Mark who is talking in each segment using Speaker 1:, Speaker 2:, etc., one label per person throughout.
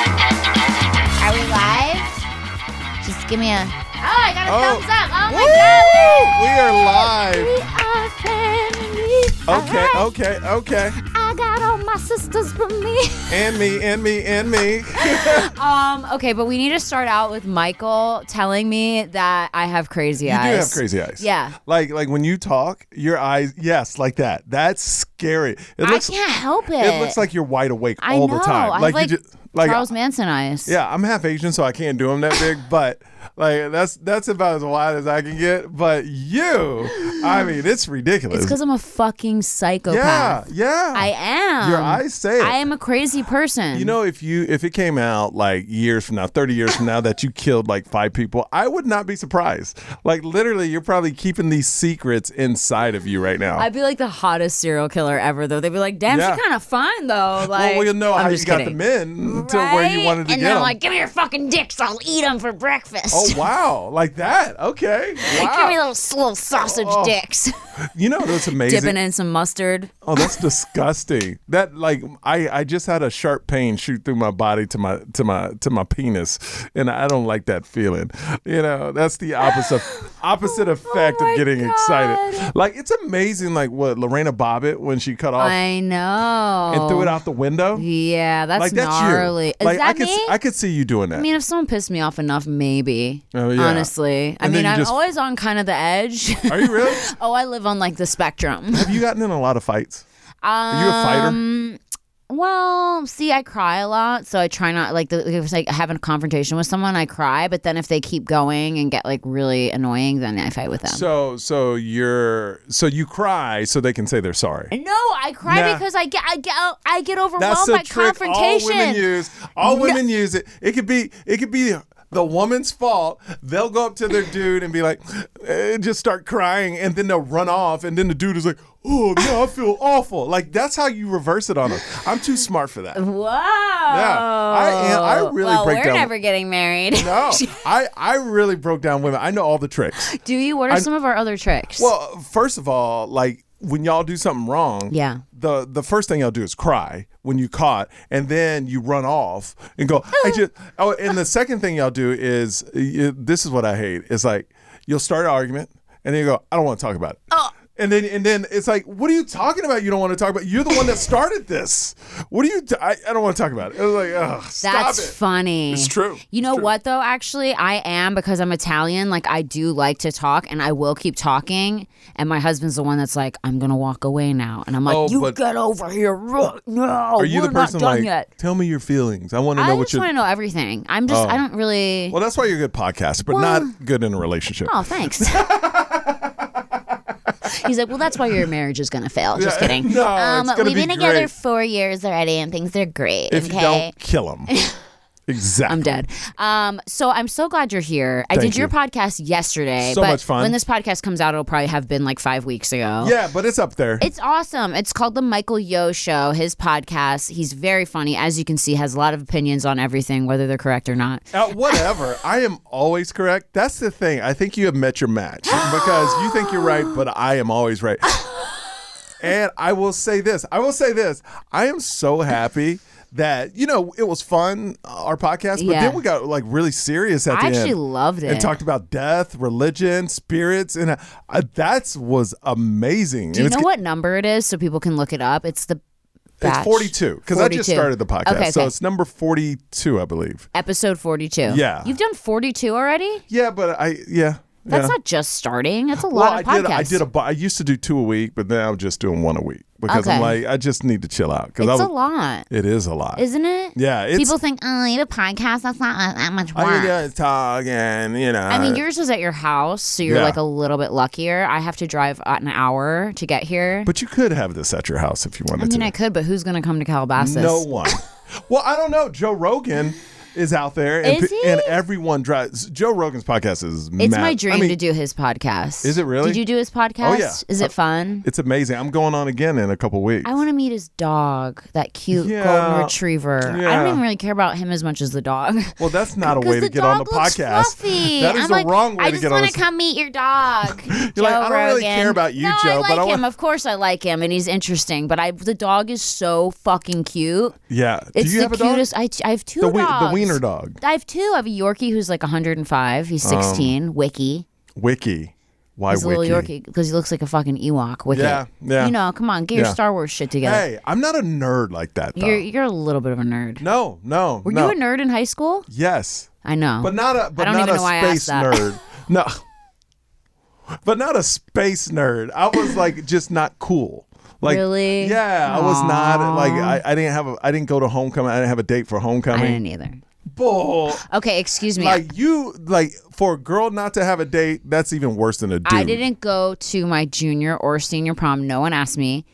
Speaker 1: Are we live? Just give me a. Oh, I got a
Speaker 2: Oh.
Speaker 1: thumbs up. Oh
Speaker 2: Woo!
Speaker 1: my god.
Speaker 2: We are live.
Speaker 1: We are family.
Speaker 2: Okay, oh.
Speaker 1: Alright,
Speaker 2: okay, okay.
Speaker 1: I got all my sisters from me.
Speaker 2: And me, and me, and me.
Speaker 3: Um, okay, but we need to start out with Michael telling me that I have crazy
Speaker 2: You do
Speaker 3: eyes.
Speaker 2: have crazy eyes.
Speaker 3: Yeah.
Speaker 2: Like like when you talk, your eyes, yes, like that. That's scary. It
Speaker 1: I can't help it.
Speaker 2: It looks like you're wide awake
Speaker 3: I
Speaker 2: all
Speaker 3: know.
Speaker 2: the time.
Speaker 3: I have,
Speaker 2: you
Speaker 3: like,
Speaker 2: just like
Speaker 3: Charles Manson eyes.
Speaker 2: yeah, I'm half Asian, so I can't do them that big, but like that's that's about as wide as I can get. But you, I mean, it's ridiculous.
Speaker 3: It's because I'm a fucking
Speaker 2: yeah,
Speaker 3: psychopath.
Speaker 2: yeah.
Speaker 3: I am.
Speaker 2: Your eyes say it.
Speaker 3: I am a crazy person.
Speaker 2: You know, if you if it came out like years from now, thirty years from now, that you killed like five people, I would not be surprised. Like literally, you're probably keeping these secrets inside of you right now.
Speaker 3: I'd be like the hottest serial killer ever, though. They'd be like, "Damn,
Speaker 2: Yeah.
Speaker 3: she kind of fine, though." Like,
Speaker 2: well, we'll know
Speaker 3: I'm
Speaker 2: how you
Speaker 3: just
Speaker 2: got
Speaker 3: kidding.
Speaker 2: them in to where you
Speaker 3: Right?
Speaker 2: wanted to
Speaker 1: and
Speaker 2: get
Speaker 1: then I'm
Speaker 2: them.
Speaker 1: like, give me your fucking dicks. I'll eat them for breakfast.
Speaker 2: oh wow, like that? Okay,
Speaker 1: Give me
Speaker 2: Oh, wow.
Speaker 1: little, little sausage
Speaker 2: Oh.
Speaker 1: dicks.
Speaker 2: You know that's amazing.
Speaker 3: dipping in some mustard.
Speaker 2: Oh, that's disgusting. That like I I just had a sharp pain shoot through my body to my to my to my penis, and I don't like that feeling. You know, that's the opposite opposite effect
Speaker 3: Oh my
Speaker 2: of getting
Speaker 3: God.
Speaker 2: excited. Like it's amazing, like what Lorena Bobbitt when she cut off
Speaker 3: I know.
Speaker 2: Oh. and threw it out the window.
Speaker 3: Yeah, that's
Speaker 2: like that's
Speaker 3: gnarly.
Speaker 2: you.
Speaker 3: Is
Speaker 2: like
Speaker 3: that
Speaker 2: I could
Speaker 3: me?
Speaker 2: s- I could see you doing that.
Speaker 3: I mean, if someone pissed me off enough, maybe.
Speaker 2: Oh, yeah.
Speaker 3: Honestly, I
Speaker 2: And
Speaker 3: mean,
Speaker 2: then you
Speaker 3: I'm
Speaker 2: just-
Speaker 3: always on kind of the edge.
Speaker 2: Are you really?
Speaker 3: oh, I live on like the spectrum.
Speaker 2: Have you gotten in a lot of fights? Are you a fighter?
Speaker 3: Um, well, see, I cry a lot, so I try not like the, if it's like having a confrontation with someone, I cry. But then if they keep going and get like really annoying, then I fight with them.
Speaker 2: So so you're so you cry so they can say they're sorry.
Speaker 3: no, I cry
Speaker 2: Nah.
Speaker 3: because I get I get uh, I get
Speaker 2: That's
Speaker 3: overwhelmed
Speaker 2: the
Speaker 3: by
Speaker 2: trick all
Speaker 3: confrontation.
Speaker 2: women use. All women use it. It could be it could be the woman's fault. They'll go up to their dude and be like, eh, just start crying, and then they'll run off, and then the dude is like, oh no, I feel awful. Like that's how you reverse it on them. I'm too smart for that.
Speaker 3: Whoa!
Speaker 2: I am- I really
Speaker 3: well,
Speaker 2: break
Speaker 3: we're
Speaker 2: down-
Speaker 3: never getting married.
Speaker 2: No, I I really broke down women. I know all the tricks.
Speaker 3: Do you? What are some of our other tricks?
Speaker 2: Well, first of all, like when y'all do something wrong,
Speaker 3: Yeah.
Speaker 2: the the first thing y'all do is cry when you caught, and then you run off and go. I just oh, and the second thing y'all do is you, this is what I hate. It's like you'll start an argument and then you go, I don't want to talk about it.
Speaker 3: Oh.
Speaker 2: And then, and then it's like, what are you talking about? You don't want to talk about. You're the one that started this. What are you? T- I, I don't want to talk about it. It was like, oh, stop
Speaker 3: That's
Speaker 2: it.
Speaker 3: funny.
Speaker 2: It's true.
Speaker 3: You know what though? Actually, I am because I'm Italian. Like I do like to talk, and I will keep talking. And my husband's the one that's like, "I'm gonna walk away now," and I'm like,
Speaker 2: Oh,
Speaker 3: "You
Speaker 2: but-
Speaker 3: get over here, right now.
Speaker 2: Are you
Speaker 3: We're
Speaker 2: the person
Speaker 3: not done
Speaker 2: like?
Speaker 3: yet."
Speaker 2: Tell me your feelings. I want to know
Speaker 3: I
Speaker 2: what
Speaker 3: just
Speaker 2: you're. Oh.
Speaker 3: want to know everything. I'm just, I don't really.
Speaker 2: Well, that's why you're a good podcaster, but not good in a relationship.
Speaker 3: Oh, thanks. He's like, well, that's why your marriage is gonna fail. Just
Speaker 2: Yeah,
Speaker 3: kidding. Um,
Speaker 2: no, it's gonna
Speaker 1: we've
Speaker 2: be
Speaker 1: been together
Speaker 2: great.
Speaker 1: four years already, and things are great.
Speaker 2: if
Speaker 1: okay.
Speaker 2: you don't kill them. exactly.
Speaker 3: I'm dead. Um, so I'm so glad you're here. I
Speaker 2: Thank
Speaker 3: did your
Speaker 2: you.
Speaker 3: podcast yesterday.
Speaker 2: So
Speaker 3: but
Speaker 2: much fun.
Speaker 3: When this podcast comes out, it'll probably have been like five weeks ago.
Speaker 2: Yeah, but it's up there.
Speaker 3: It's awesome. It's called The Michael Yo Show, his podcast. He's very funny. As you can see, has a lot of opinions on everything, whether they're correct or not.
Speaker 2: Uh, whatever. I am always correct. That's the thing. I think you have met your match because you think you're right, but I am always right. and I will say this. I will say this. I am so happy that you know it was fun uh, our podcast, but
Speaker 3: Yeah.
Speaker 2: then we got like really serious at the
Speaker 3: I
Speaker 2: end.
Speaker 3: actually loved it.
Speaker 2: and talked about death, religion, spirits, and uh, uh, that was amazing.
Speaker 3: Do you know what number it is so people can look it up? It's the
Speaker 2: It's
Speaker 3: batch.
Speaker 2: 42 because I just
Speaker 3: 42.
Speaker 2: started the podcast,
Speaker 3: Okay,
Speaker 2: so
Speaker 3: okay.
Speaker 2: it's number 42, I believe.
Speaker 3: episode 42.
Speaker 2: Yeah.
Speaker 3: You've done 42 already?
Speaker 2: Yeah, but I yeah.
Speaker 3: That's
Speaker 2: yeah.
Speaker 3: not just starting. That's a
Speaker 2: well,
Speaker 3: lot
Speaker 2: I
Speaker 3: of podcasts.
Speaker 2: did. I did a. bu- I used to do two a week, but now I'm just doing one a week because I'm
Speaker 3: Okay.
Speaker 2: like, I just need to chill out. Because
Speaker 3: It's
Speaker 2: I
Speaker 3: a
Speaker 2: was-
Speaker 3: lot,
Speaker 2: It is a lot.
Speaker 3: isn't it?
Speaker 2: yeah, it's.
Speaker 1: People think, oh, you have a podcast. That's not
Speaker 3: uh,
Speaker 1: that much work.
Speaker 2: I mean, yeah, it's talking. You know.
Speaker 3: I mean, yours is at your house, so you're
Speaker 2: Yeah.
Speaker 3: like a little bit luckier. I have to drive uh, an hour to get here.
Speaker 2: But you could have this at your house if you wanted
Speaker 3: I mean,
Speaker 2: to.
Speaker 3: I could, but who's going to come to Calabasas?
Speaker 2: no one. well, I don't know. Joe Rogan. is out there, and,
Speaker 3: Is
Speaker 2: pe- and
Speaker 3: he?
Speaker 2: everyone drives. Joe Rogan's podcast is.
Speaker 3: It's
Speaker 2: mad-
Speaker 3: my dream
Speaker 2: I mean,
Speaker 3: to do his podcast.
Speaker 2: Is it really? Oh,
Speaker 3: Did you do his podcast?
Speaker 2: yeah. Uh,
Speaker 3: Is it fun?
Speaker 2: It's amazing. I'm going on again in a couple weeks.
Speaker 3: I want to meet his dog, that cute
Speaker 2: Yeah.
Speaker 3: golden retriever. I
Speaker 2: Yeah.
Speaker 3: don't even really care about him as much as the dog.
Speaker 2: well, that's not a
Speaker 3: 'Cause
Speaker 2: way to
Speaker 3: the
Speaker 2: get on the
Speaker 3: dog looks
Speaker 2: podcast.
Speaker 3: fluffy.
Speaker 2: That is
Speaker 3: I'm
Speaker 2: the
Speaker 3: like,
Speaker 2: wrong way
Speaker 3: I
Speaker 2: to
Speaker 3: just
Speaker 2: get on.
Speaker 3: wanna
Speaker 2: this-
Speaker 3: come meet your dog. Joe
Speaker 2: like, I don't really
Speaker 3: Rogan.
Speaker 2: care about you,
Speaker 3: no,
Speaker 2: Joe,
Speaker 3: I
Speaker 2: but
Speaker 3: like
Speaker 2: I want-
Speaker 3: him. Of course, I like him, and he's interesting. But I, the dog is so fucking cute.
Speaker 2: yeah.
Speaker 3: It's
Speaker 2: do you
Speaker 3: the
Speaker 2: have a dog?
Speaker 3: cutest. I, I have two
Speaker 2: The, we-
Speaker 3: dogs.
Speaker 2: the wiener dog, Um,
Speaker 3: I have two. I have a Yorkie who's like 105. He's 16. Wiki.
Speaker 2: Wiki. Why
Speaker 3: He's a
Speaker 2: Wiki?
Speaker 3: little Yorkie because he looks like a fucking Ewok. Wiki.
Speaker 2: Yeah, yeah.
Speaker 3: You know, come on, get your
Speaker 2: Yeah.
Speaker 3: Star Wars shit together.
Speaker 2: Hey, I'm not a nerd like that. Though.
Speaker 3: You're you're a little bit of a nerd.
Speaker 2: no, no.
Speaker 3: Were
Speaker 2: no.
Speaker 3: you a nerd in high school?
Speaker 2: Yes,
Speaker 3: I know.
Speaker 2: but not a but
Speaker 3: don't
Speaker 2: not
Speaker 3: even
Speaker 2: a
Speaker 3: know why I asked
Speaker 2: space
Speaker 3: that.
Speaker 2: nerd. No, but not a space nerd. I was like just not cool. Like
Speaker 3: Really?
Speaker 2: Yeah, I was not like I, I didn't have a I didn't go to homecoming. I didn't have a date for
Speaker 3: I
Speaker 2: homecoming.
Speaker 3: didn't either.
Speaker 2: Bull.
Speaker 3: Okay, excuse me.
Speaker 2: Like you like for a girl not to have a date, that's even worse than a dude.
Speaker 3: I didn't go to my junior or senior prom. No one asked me.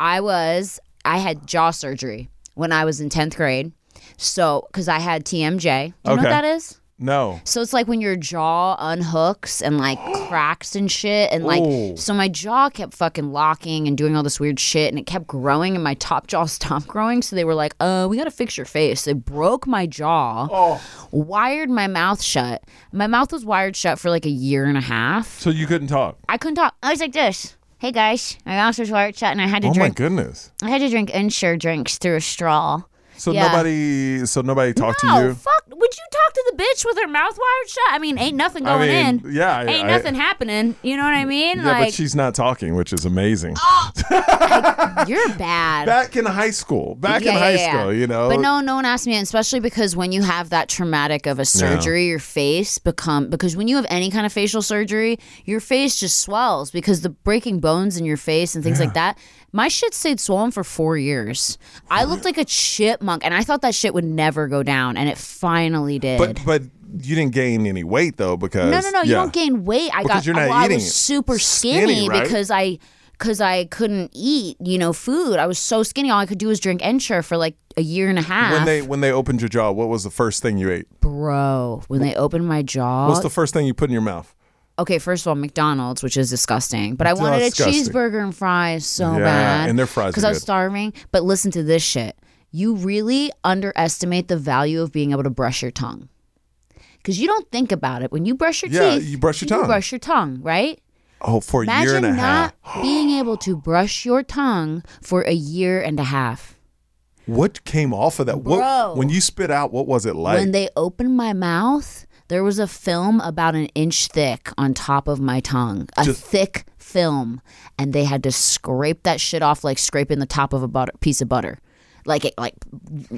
Speaker 3: I was I had jaw surgery when I was in 10th grade. So, cuz I had TMJ. Do you know
Speaker 2: Okay.
Speaker 3: what that is?
Speaker 2: No.
Speaker 3: So it's like when your jaw unhooks and like cracks and shit. And like,
Speaker 2: Ooh.
Speaker 3: so my jaw kept fucking locking and doing all this weird shit and it kept growing and my top jaw stopped growing. So they were like, uh, we gotta fix your face. They broke my jaw,
Speaker 2: Oh.
Speaker 3: wired my mouth shut. My mouth was wired shut for like a year and a half.
Speaker 2: So you couldn't talk.
Speaker 3: I couldn't talk. I was like this. Hey guys, my mouth was wired shut and I had to
Speaker 2: Oh my
Speaker 3: drink.
Speaker 2: goodness.
Speaker 3: I had to drink Ensure drinks through a straw.
Speaker 2: So
Speaker 3: Yeah.
Speaker 2: nobody so nobody talked
Speaker 3: No,
Speaker 2: to you.
Speaker 3: Oh, fuck. Would you talk to the bitch with her mouth wired shut? I mean, ain't nothing
Speaker 2: I
Speaker 3: going
Speaker 2: mean,
Speaker 3: in.
Speaker 2: yeah, I-
Speaker 3: Ain't
Speaker 2: I-
Speaker 3: nothing happening. You know what I mean?
Speaker 2: Yeah,
Speaker 3: like, Oh.
Speaker 2: but she's not talking, which is amazing.
Speaker 3: you're bad.
Speaker 2: Back in high school, back
Speaker 3: Yeah,
Speaker 2: in
Speaker 3: yeah,
Speaker 2: high
Speaker 3: yeah.
Speaker 2: school, you know.
Speaker 3: But no, no one asked me, and especially because when you have that traumatic of a surgery, your face become because when you have any kind of facial surgery, your face just swells because the breaking bones in your face and things like that. My shit stayed swollen for four years. I looked like a chipmunk, and I thought that shit would never go down, and it finally did.
Speaker 2: But but you didn't gain any weight though because
Speaker 3: No, no, no. You
Speaker 2: yeah.
Speaker 3: don't gain weight. I
Speaker 2: Because
Speaker 3: got.
Speaker 2: you're not
Speaker 3: well, I
Speaker 2: eating
Speaker 3: was super
Speaker 2: skinny,
Speaker 3: skinny,
Speaker 2: right?
Speaker 3: because I because I couldn't eat. You know, food. I was so skinny. All I could do was drink Ensure for like a year and a half.
Speaker 2: When they when they opened your jaw, what was the first thing you ate?
Speaker 3: bro, when they opened my jaw.
Speaker 2: What's the first thing you put in your mouth?
Speaker 3: okay, first of all, McDonald's, which is disgusting, but I wanted
Speaker 2: Disgusting.
Speaker 3: a cheeseburger and fries so
Speaker 2: Yeah,
Speaker 3: bad.
Speaker 2: and their fries are
Speaker 3: because I was
Speaker 2: good.
Speaker 3: starving. But listen to this shit. You really underestimate the value of being able to brush your tongue. Because you don't think about it. When you brush your
Speaker 2: Yeah,
Speaker 3: teeth,
Speaker 2: you brush your tongue.
Speaker 3: brush your tongue, right?
Speaker 2: Oh, for a year
Speaker 3: Imagine
Speaker 2: and a half.
Speaker 3: not being able to brush your tongue for a year and a half.
Speaker 2: What came off of that?
Speaker 3: Bro.
Speaker 2: What when you spit out? What was it like?
Speaker 3: when they opened my mouth, there was a film about an inch thick on top of my tongue. A thick film. And they had to scrape that shit off like scraping the top of a butter, piece of butter. Like it, like,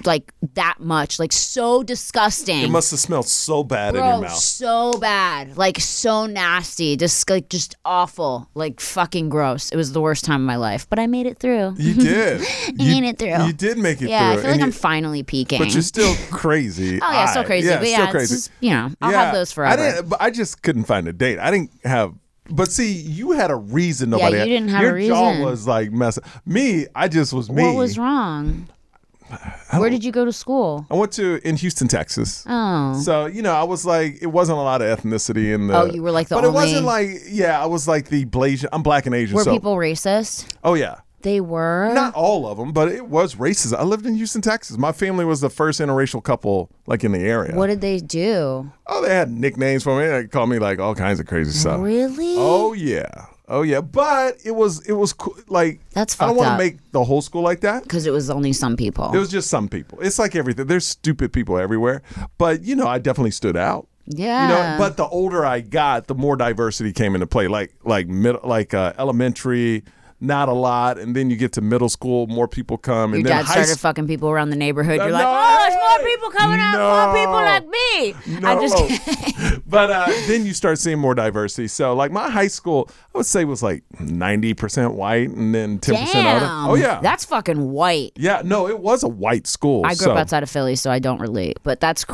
Speaker 3: like that much, like so disgusting.
Speaker 2: it must have smelled so bad in your
Speaker 3: Bro,
Speaker 2: mouth.
Speaker 3: so bad, like so nasty, just like just awful, like fucking gross. It was the worst time of my life, but I made it through.
Speaker 2: You did. you,
Speaker 3: made it through.
Speaker 2: You did make it
Speaker 3: Yeah, I
Speaker 2: through.
Speaker 3: feel like
Speaker 2: and
Speaker 3: I'm
Speaker 2: you-
Speaker 3: finally peaking.
Speaker 2: but you're still crazy.
Speaker 3: oh yeah, still
Speaker 2: I-
Speaker 3: crazy.
Speaker 2: Yeah,
Speaker 3: but yeah,
Speaker 2: still
Speaker 3: it's
Speaker 2: crazy.
Speaker 3: just, you know, I'll
Speaker 2: Yeah.
Speaker 3: have those
Speaker 2: I
Speaker 3: forever.
Speaker 2: didn't. But I just couldn't find a date. I didn't have. But see, you had a reason. Nobody.
Speaker 3: you
Speaker 2: had.
Speaker 3: didn't have a
Speaker 2: Your jaw
Speaker 3: reason.
Speaker 2: was like messing. Me, I just was me.
Speaker 3: What was wrong? Where did you go to school?
Speaker 2: I went to in Houston, Texas.
Speaker 3: Oh,
Speaker 2: So you know, I was like, it wasn't a lot of ethnicity in the.
Speaker 3: Oh, you were like the
Speaker 2: But it wasn't
Speaker 3: only-
Speaker 2: like, yeah, I was like the Blasian. I'm black and Asian.
Speaker 3: were
Speaker 2: so,
Speaker 3: people racist?
Speaker 2: oh yeah,
Speaker 3: They were.
Speaker 2: not all of them, but it was racist. I lived in Houston, Texas. My family was the first interracial couple like in the area.
Speaker 3: What did they do?
Speaker 2: Oh, they had nicknames for me. They called me like all kinds of crazy stuff.
Speaker 3: Really?
Speaker 2: Oh yeah, oh yeah. But it was it was cool. like
Speaker 3: That's
Speaker 2: I don't
Speaker 3: fucked
Speaker 2: want to
Speaker 3: up.
Speaker 2: make the whole school like that.
Speaker 3: Because it was only some people.
Speaker 2: It was just some people. It's like everything. There's stupid people everywhere, but you know, I definitely stood out. You know,
Speaker 3: Yeah.
Speaker 2: but the older I got, the more diversity came into play. Like like mid, like uh, elementary, not a lot, and then you get to middle school, more people come,
Speaker 3: Your
Speaker 2: and then
Speaker 3: dad
Speaker 2: high
Speaker 3: started
Speaker 2: s-
Speaker 3: fucking people around the neighborhood. You're like,
Speaker 2: no
Speaker 3: oh, there's more
Speaker 2: way!"
Speaker 3: people coming out, more people
Speaker 2: No.
Speaker 3: like me.
Speaker 2: No.
Speaker 3: I'm just
Speaker 2: but uh, then you start seeing more diversity. So like my high school, I would say was like ninety percent white, and then ten percent
Speaker 3: Damn.
Speaker 2: other. Oh yeah,
Speaker 3: That's fucking white.
Speaker 2: yeah. No, it was a white school.
Speaker 3: I grew
Speaker 2: so.
Speaker 3: up outside of Philly, so I don't relate. But that's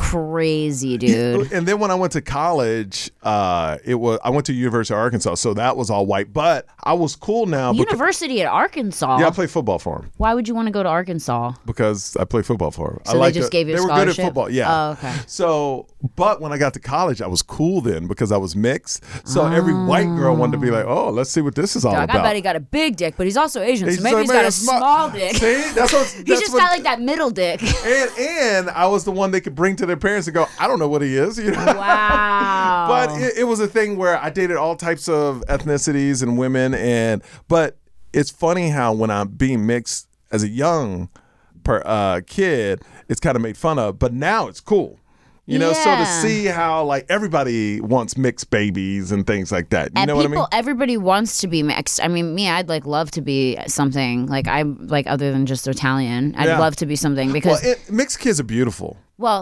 Speaker 3: crazy, dude.
Speaker 2: And then when I went to college, uh, it was I went to University of Arkansas, so that was all white. But I was cool now
Speaker 3: You know University at Arkansas.
Speaker 2: Yeah, I play football for him
Speaker 3: Why would you want to go to Arkansas?
Speaker 2: because I play football for him.
Speaker 3: So they just gave you a
Speaker 2: They were good at
Speaker 3: scholarship?
Speaker 2: football. Yeah.
Speaker 3: Oh, okay.
Speaker 2: So, but when I got to college, I was cool then because I was mixed. So every white girl wanted to be like, "Oh, let's see what this is all
Speaker 3: Dog,
Speaker 2: about."
Speaker 3: I bet he got a big dick, but he's also Asian,
Speaker 2: He's
Speaker 3: so maybe
Speaker 2: like,
Speaker 3: he's
Speaker 2: "Man,
Speaker 3: got a
Speaker 2: it's my-"
Speaker 3: small dick.
Speaker 2: See, that's what.
Speaker 3: He's
Speaker 2: that's
Speaker 3: just
Speaker 2: what-
Speaker 3: got like that middle dick.
Speaker 2: And and I was the one they could bring to their parents and go, "I don't know what he is," you know.
Speaker 3: Wow.
Speaker 2: But it, it was a thing where I dated all types of ethnicities and women, and but it's funny how when I'm being mixed as a young per, uh, kid, it's kind of made fun of, but now it's cool. You know, so to
Speaker 3: Yeah.
Speaker 2: see how like everybody wants mixed babies and things like that. You
Speaker 3: And
Speaker 2: know
Speaker 3: people,
Speaker 2: what I mean?
Speaker 3: everybody wants to be mixed. I mean, me, I'd like love to be something like I'm like other than just Italian. I'd
Speaker 2: Yeah.
Speaker 3: love to be something
Speaker 2: Well,
Speaker 3: because well,
Speaker 2: it, mixed kids are beautiful.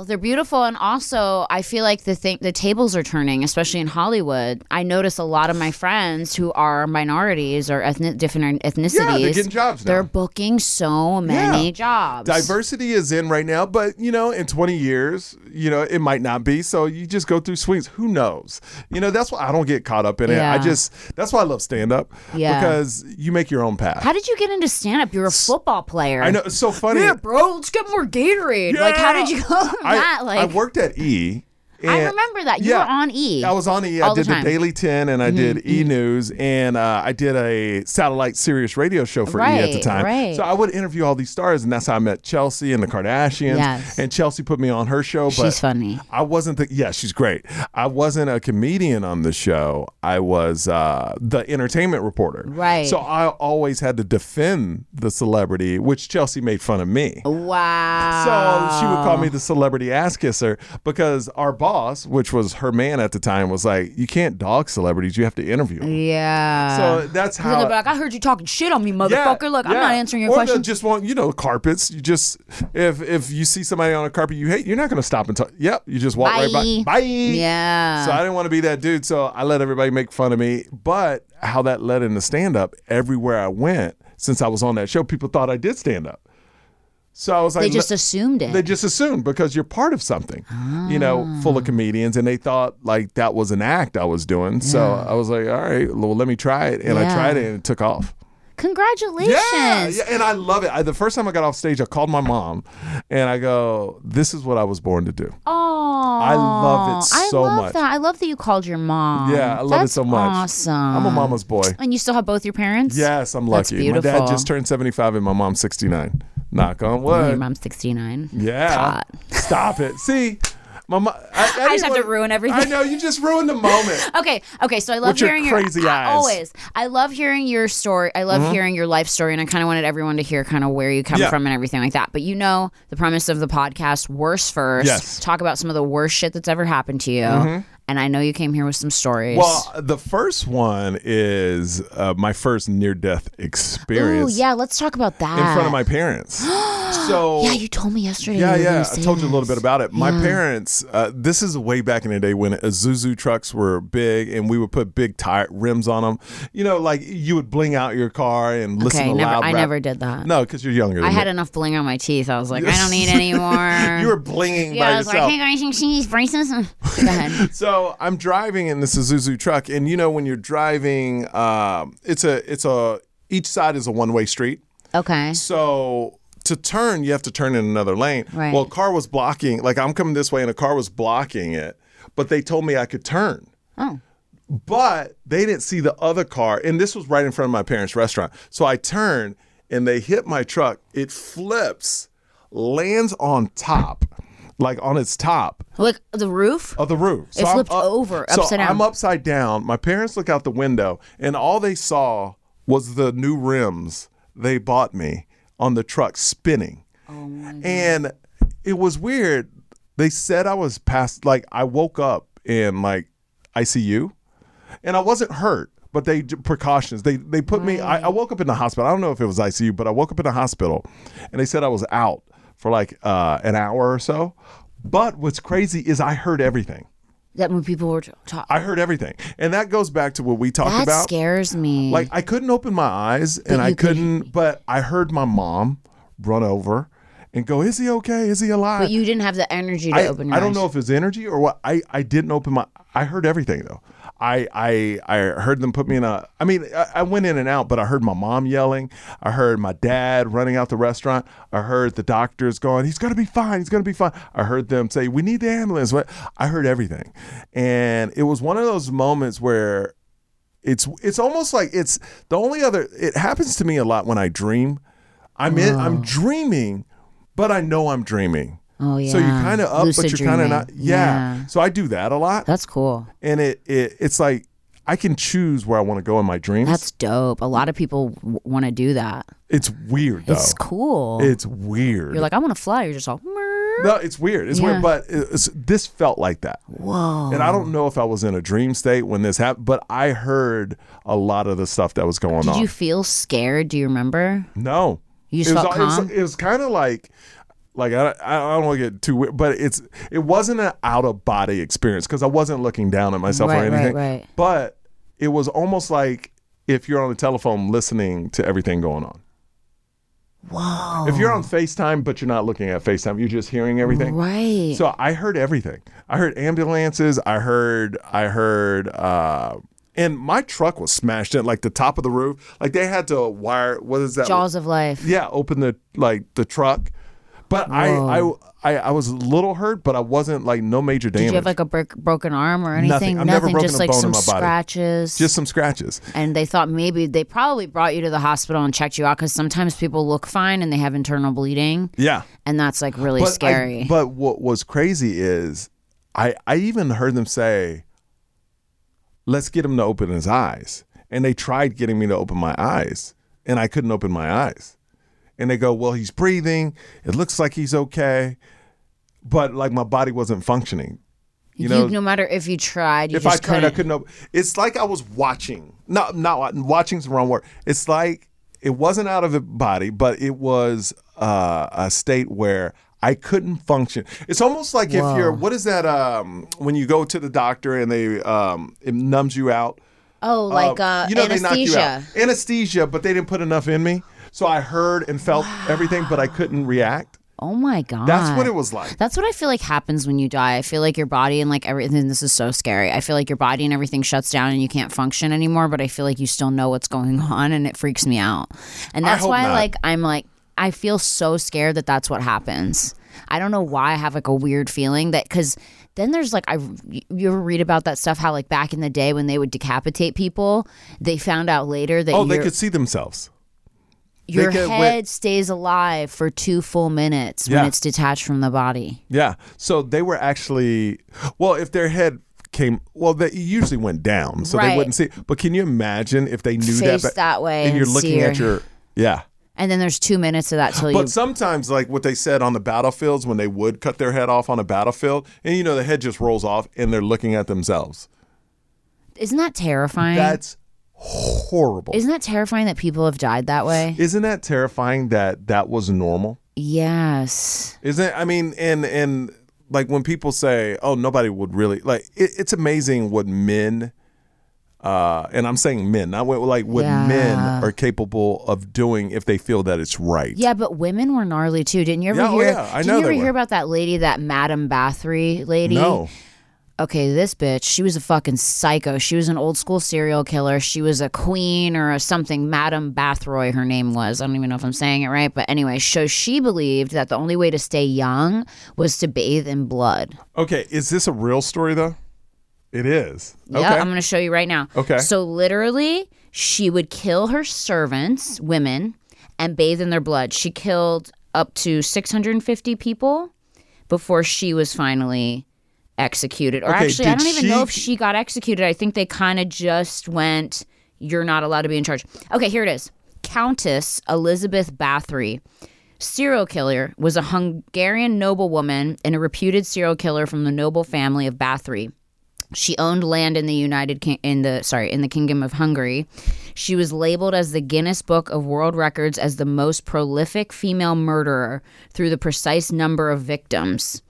Speaker 3: they're beautiful, and also I feel like the thing the tables are turning, especially in Hollywood. I notice a lot of my friends who are minorities or ethnic different ethnicities.
Speaker 2: getting jobs now.
Speaker 3: They're booking so many jobs.
Speaker 2: Diversity is in right now, but you know, in 20 years, you know, it might not be. So you just go through swings. Who knows? You know, that's why I don't get caught up in
Speaker 3: Yeah.
Speaker 2: it. I just, that's why I love stand up
Speaker 3: Yeah.
Speaker 2: because you make your own path.
Speaker 3: How did you get into stand up? You're a football player.
Speaker 2: I know. It's so funny.
Speaker 3: Yeah, bro, let's get more Gatorade. Like, how
Speaker 2: Yeah.
Speaker 3: did you go from
Speaker 2: I,
Speaker 3: that? Like,
Speaker 2: I worked at E.
Speaker 3: I
Speaker 2: and-
Speaker 3: remember that. You
Speaker 2: yeah.
Speaker 3: were on E.
Speaker 2: I was on E. I
Speaker 3: All the
Speaker 2: did the,
Speaker 3: time. Mm-hmm,
Speaker 2: Daily 10 and I did E News and uh, I did a satellite serious radio show for E at the
Speaker 3: Right,
Speaker 2: time.
Speaker 3: right.
Speaker 2: So I would interview all these stars and that's how I met Chelsea and the Kardashians.
Speaker 3: Yes.
Speaker 2: And Chelsea put me on her show. But
Speaker 3: She's funny.
Speaker 2: I wasn't the, yeah, she's great. I wasn't a comedian on the show. I was uh, the entertainment reporter.
Speaker 3: Right.
Speaker 2: So I always had to defend the celebrity, which Chelsea made fun of me.
Speaker 3: Wow.
Speaker 2: So she would call
Speaker 3: Um.
Speaker 2: me the celebrity ass kisser because our boss, which was her man at the time, was like, "You can't dog celebrities; you have to interview them."
Speaker 3: Yeah.
Speaker 2: So that's
Speaker 3: They'll
Speaker 2: how.
Speaker 3: be like, I heard you talking shit on me, motherfucker. Look, I'm
Speaker 2: yeah.
Speaker 3: not answering your
Speaker 2: or
Speaker 3: question.
Speaker 2: Or just want you know carpets. You just if if you see somebody on a carpet you hate, you're not going to stop and talk. Yep, you just walk
Speaker 3: Bye.
Speaker 2: right by. Bye.
Speaker 3: yeah.
Speaker 2: So I didn't want to be that dude, so I let everybody make fun of me. But how that led into stand up, everywhere I went since I was on that show, people thought I did stand up. So I was like,
Speaker 3: they just
Speaker 2: "No-
Speaker 3: assumed it.
Speaker 2: they just assumed because you're part of something, you know, full
Speaker 3: Ah.
Speaker 2: of comedians, and they thought like that was an act I was doing. So I was like, all right, well, let me try it, and I
Speaker 3: Yeah.
Speaker 2: tried it, and it took off.
Speaker 3: Congratulations.
Speaker 2: Yeah, yeah, and I love it. I, the first time I got off stage, I called my mom, and I go, "This is what I was born to do."
Speaker 3: Oh,
Speaker 2: I love it
Speaker 3: I
Speaker 2: so
Speaker 3: love
Speaker 2: much.
Speaker 3: That. I love that you called your mom.
Speaker 2: Yeah, I love
Speaker 3: That's
Speaker 2: it so much.
Speaker 3: Awesome.
Speaker 2: I'm a mama's boy.
Speaker 3: And you still have both your parents?
Speaker 2: Yes, I'm
Speaker 3: That's
Speaker 2: lucky. My dad
Speaker 3: beautiful.
Speaker 2: just turned 75, and my mom's 69. Knock on
Speaker 3: Oh, your
Speaker 2: wood.
Speaker 3: mom's 69.
Speaker 2: Yeah.
Speaker 3: Hot.
Speaker 2: Stop it. See, my mom. I, I,
Speaker 3: I just have to
Speaker 2: didn't
Speaker 3: ruin everything.
Speaker 2: want- I know you just ruined the moment.
Speaker 3: Okay, okay. So I love
Speaker 2: With your
Speaker 3: hearing
Speaker 2: crazy
Speaker 3: your, I-
Speaker 2: eyes. Mm-hmm.
Speaker 3: Always, I love hearing your story. I love hearing your life story, and I kind of wanted everyone to hear kind of where you come
Speaker 2: Yeah.
Speaker 3: from and everything like that. But you know, the premise of the podcast, worse first.
Speaker 2: Yes. Mm-hmm.
Speaker 3: Talk about some of the worst shit that's ever happened to you, and I know you came here with some stories.
Speaker 2: Well, the first one is uh, my first near death
Speaker 3: Ooh,
Speaker 2: experience
Speaker 3: yeah. Let's talk about that
Speaker 2: in front of my parents. so
Speaker 3: Yeah, you told me yesterday. you
Speaker 2: yeah,
Speaker 3: were gonna
Speaker 2: yeah. I
Speaker 3: say
Speaker 2: told you a little
Speaker 3: this.
Speaker 2: bit about it. My parents, uh, this is way back in the day when Isuzu trucks were big and we would put big tire rims on them. You know, like you would bling out your car and listen
Speaker 3: Okay,
Speaker 2: to
Speaker 3: never,
Speaker 2: loud
Speaker 3: I
Speaker 2: rap.
Speaker 3: never did that.
Speaker 2: No, because you're younger.
Speaker 3: I
Speaker 2: than
Speaker 3: had
Speaker 2: me.
Speaker 3: enough bling on my teeth. I was like, I don't need any more.
Speaker 2: You were blinging
Speaker 3: yeah,
Speaker 2: by
Speaker 3: I was
Speaker 2: yourself.
Speaker 3: like, hey guys, you see these braces? Go ahead.
Speaker 2: so I'm driving in this Isuzu truck, and you know when you're driving, um, it's a it's a each side is a one way street.
Speaker 3: Okay.
Speaker 2: So to turn, you have to turn in another lane.
Speaker 3: Right.
Speaker 2: Well, a car was blocking. Like I'm coming this way, and a car was blocking it, but they told me I could turn.
Speaker 3: Oh.
Speaker 2: But they didn't see the other car, and this was right in front of my parents' restaurant. So I turn, and they hit my truck. It flips, lands on top, like on its top
Speaker 3: Like the roof?
Speaker 2: of the roof. So
Speaker 3: It
Speaker 2: I'm
Speaker 3: flipped
Speaker 2: up-
Speaker 3: over,
Speaker 2: so
Speaker 3: upside down.
Speaker 2: I'm upside down. My parents look out the window, and all they saw was the new rims they bought me on the truck spinning.
Speaker 3: Oh
Speaker 2: and it was weird. They said I was past, like, I woke up in, like, ICU, and I wasn't hurt. But they j- precautions. They they put me. I, I woke up in the hospital. I don't know if it was ICU, but I woke up in the hospital, and they said I was out for like uh, an hour or so. But what's crazy is I heard everything.
Speaker 3: that when people were talking.
Speaker 2: I heard everything. And that goes back to what we talked
Speaker 3: That
Speaker 2: about.
Speaker 3: scares me.
Speaker 2: Like I couldn't open my eyes and I
Speaker 3: you could-
Speaker 2: couldn't but I heard my mom run over and go, Is he okay? Is he alive?
Speaker 3: but you didn't have the energy to
Speaker 2: I,
Speaker 3: open your
Speaker 2: I don't
Speaker 3: eyes.
Speaker 2: know if it's energy or what. I, I didn't open my I heard everything though. I I I heard them put me in a. I mean, I, I went in and out, but I heard my mom yelling. I heard my dad running out the restaurant. I heard the doctors going, "He's gonna be fine. He's gonna be fine." I heard them say, "We need the ambulance." What I heard everything, and it was one of those moments where it's it's almost like it's the only other. It happens to me a lot when I dream. I'm in, I'm dreaming, but I know I'm dreaming.
Speaker 3: Oh yeah.
Speaker 2: So you're kind of up,
Speaker 3: Lucid
Speaker 2: but you're kind of
Speaker 3: dreaming.
Speaker 2: not. Yeah. So I do that a lot,
Speaker 3: That's cool.
Speaker 2: and it, it it's like I can choose where I want to go in my dreams.
Speaker 3: That's dope. A lot of people w- want to do that.
Speaker 2: it's weird though.
Speaker 3: It's cool.
Speaker 2: It's weird.
Speaker 3: You're like, I want to fly. You're just all, "Mer."
Speaker 2: no, it's weird. It's
Speaker 3: Yeah.
Speaker 2: weird, but it's, this felt like that.
Speaker 3: whoa.
Speaker 2: And I don't know if I was in a dream state when this happened, but I heard a lot of the stuff that was going
Speaker 3: Did
Speaker 2: on.
Speaker 3: you feel scared? Do you remember?
Speaker 2: no,
Speaker 3: You just
Speaker 2: it was,
Speaker 3: felt
Speaker 2: it was-
Speaker 3: calm?
Speaker 2: It was, kind of like, like I, I don't want to get too weird, but it's it wasn't an out of body experience because I wasn't looking down at myself or
Speaker 3: Right, right,
Speaker 2: anything.
Speaker 3: right.
Speaker 2: But it was almost like if you're on the telephone listening to everything going on.
Speaker 3: Whoa.
Speaker 2: If you're on FaceTime, but you're not looking at FaceTime, you're just hearing everything.
Speaker 3: Right.
Speaker 2: So I heard everything. I heard ambulances. I heard. I heard. Uh, and my truck was smashed in, like the top of the roof. Like they had to wire. What is that?
Speaker 3: Jaws of life.
Speaker 2: uh, Yeah, open the like the truck. But I, I I I was a little hurt, but I wasn't like no major damage.
Speaker 3: Did you have like a brick, broken arm or anything?
Speaker 2: I've never broken
Speaker 3: just
Speaker 2: a
Speaker 3: like
Speaker 2: bone in
Speaker 3: some
Speaker 2: my body.
Speaker 3: scratches.
Speaker 2: just some scratches.
Speaker 3: and they thought maybe they probably brought you to the hospital and checked you out because sometimes people look fine and they have internal bleeding,
Speaker 2: Yeah.
Speaker 3: and that's like really
Speaker 2: But I-
Speaker 3: scary.
Speaker 2: but what was crazy is I I even heard them say, "Let's get him to open his eyes," and they tried getting me to open my eyes, and I couldn't open my eyes. And they go, "Well, he's breathing. It looks like he's okay," but like my body wasn't functioning. You know,
Speaker 3: no matter if you tried, you
Speaker 2: if I
Speaker 3: just
Speaker 2: tried, I
Speaker 3: couldn't.
Speaker 2: couldn't. Open. It's like I was watching. No, not wa- watching's the wrong word. It's like it wasn't out of the body, but it was uh, a state where I couldn't function. It's almost like if you're what is that? Um, when you go to the doctor and they um, it numbs you out. Um,
Speaker 3: oh, like uh,
Speaker 2: you know they
Speaker 3: anesthesia.
Speaker 2: knock you out. Anesthesia, but they didn't put enough in me, so I heard and felt everything, but I couldn't react.
Speaker 3: Oh my god.
Speaker 2: That's what it was like.
Speaker 3: That's what I feel like happens when you die. I feel like your body and like everything. This is so scary. I feel like your body and everything shuts down and you can't function anymore. But I feel like you still know what's going on, and it freaks me out. And that's
Speaker 2: hope
Speaker 3: why,
Speaker 2: not.
Speaker 3: like, I'm like, I feel so scared that that's what happens. I don't know why I have like a weird feeling that because then there's like I you ever read about that stuff how like back in the day when they would decapitate people they found out later that
Speaker 2: Oh,
Speaker 3: your,
Speaker 2: they could see themselves.
Speaker 3: your
Speaker 2: could-
Speaker 3: head
Speaker 2: when-
Speaker 3: stays alive for two full minutes when
Speaker 2: Yeah.
Speaker 3: it's detached from the body.
Speaker 2: Yeah. So they were actually well, if their head came well, they it usually went down, so
Speaker 3: Right.
Speaker 2: they wouldn't see. But can you imagine if they knew
Speaker 3: Face
Speaker 2: that ba-
Speaker 3: that way
Speaker 2: and you're
Speaker 3: and
Speaker 2: looking
Speaker 3: see
Speaker 2: at
Speaker 3: her.
Speaker 2: your yeah.
Speaker 3: And then there's two minutes of that till you
Speaker 2: But sometimes, like what they said on the battlefields, when they would cut their head off on a battlefield, and you know the head just rolls off, and they're looking at themselves.
Speaker 3: Isn't that terrifying?
Speaker 2: That's horrible.
Speaker 3: Isn't that terrifying that people have died that way?
Speaker 2: Isn't that terrifying that that was normal?
Speaker 3: Yes.
Speaker 2: Isn't I mean, and and like when people say, "Oh, nobody would really like," it, it's amazing what men, uh, and I'm saying men, not what, like what men
Speaker 3: Yeah.
Speaker 2: are capable of doing if they feel that it's right.
Speaker 3: Yeah, but women were gnarly too. Didn't you ever
Speaker 2: Yeah, oh
Speaker 3: hear?
Speaker 2: yeah, I
Speaker 3: didn't
Speaker 2: know
Speaker 3: you ever
Speaker 2: they were.
Speaker 3: hear about that lady, that Madame Bathory lady?
Speaker 2: No.
Speaker 3: Okay, this bitch. She was a fucking psycho. She was an old school serial killer. She was a queen or a something. Madame Bathroy, her name was. I don't even know if I'm saying it right, but anyway, so she believed that the only way to stay young was to bathe in blood.
Speaker 2: Okay. Is this a real story though? It is.
Speaker 3: Yeah,
Speaker 2: okay.
Speaker 3: I'm going to show you right now.
Speaker 2: Okay.
Speaker 3: So literally, she would kill her servants, women, and bathe in their blood. She killed up to 650 people before she was finally executed. Or
Speaker 2: Okay,
Speaker 3: actually, I
Speaker 2: did
Speaker 3: don't even
Speaker 2: she-
Speaker 3: know if she got executed. I think they kind of just went, "You're not allowed to be in charge." Okay, here it is. Countess Elizabeth Bathory serial killer was a Hungarian noblewoman and a reputed serial killer from the noble family of Bathory. She owned land in the United King- in the sorry in the Kingdom of Hungary. She was labeled as the Guinness Book of World Records as the most prolific female murderer through the precise number of victims.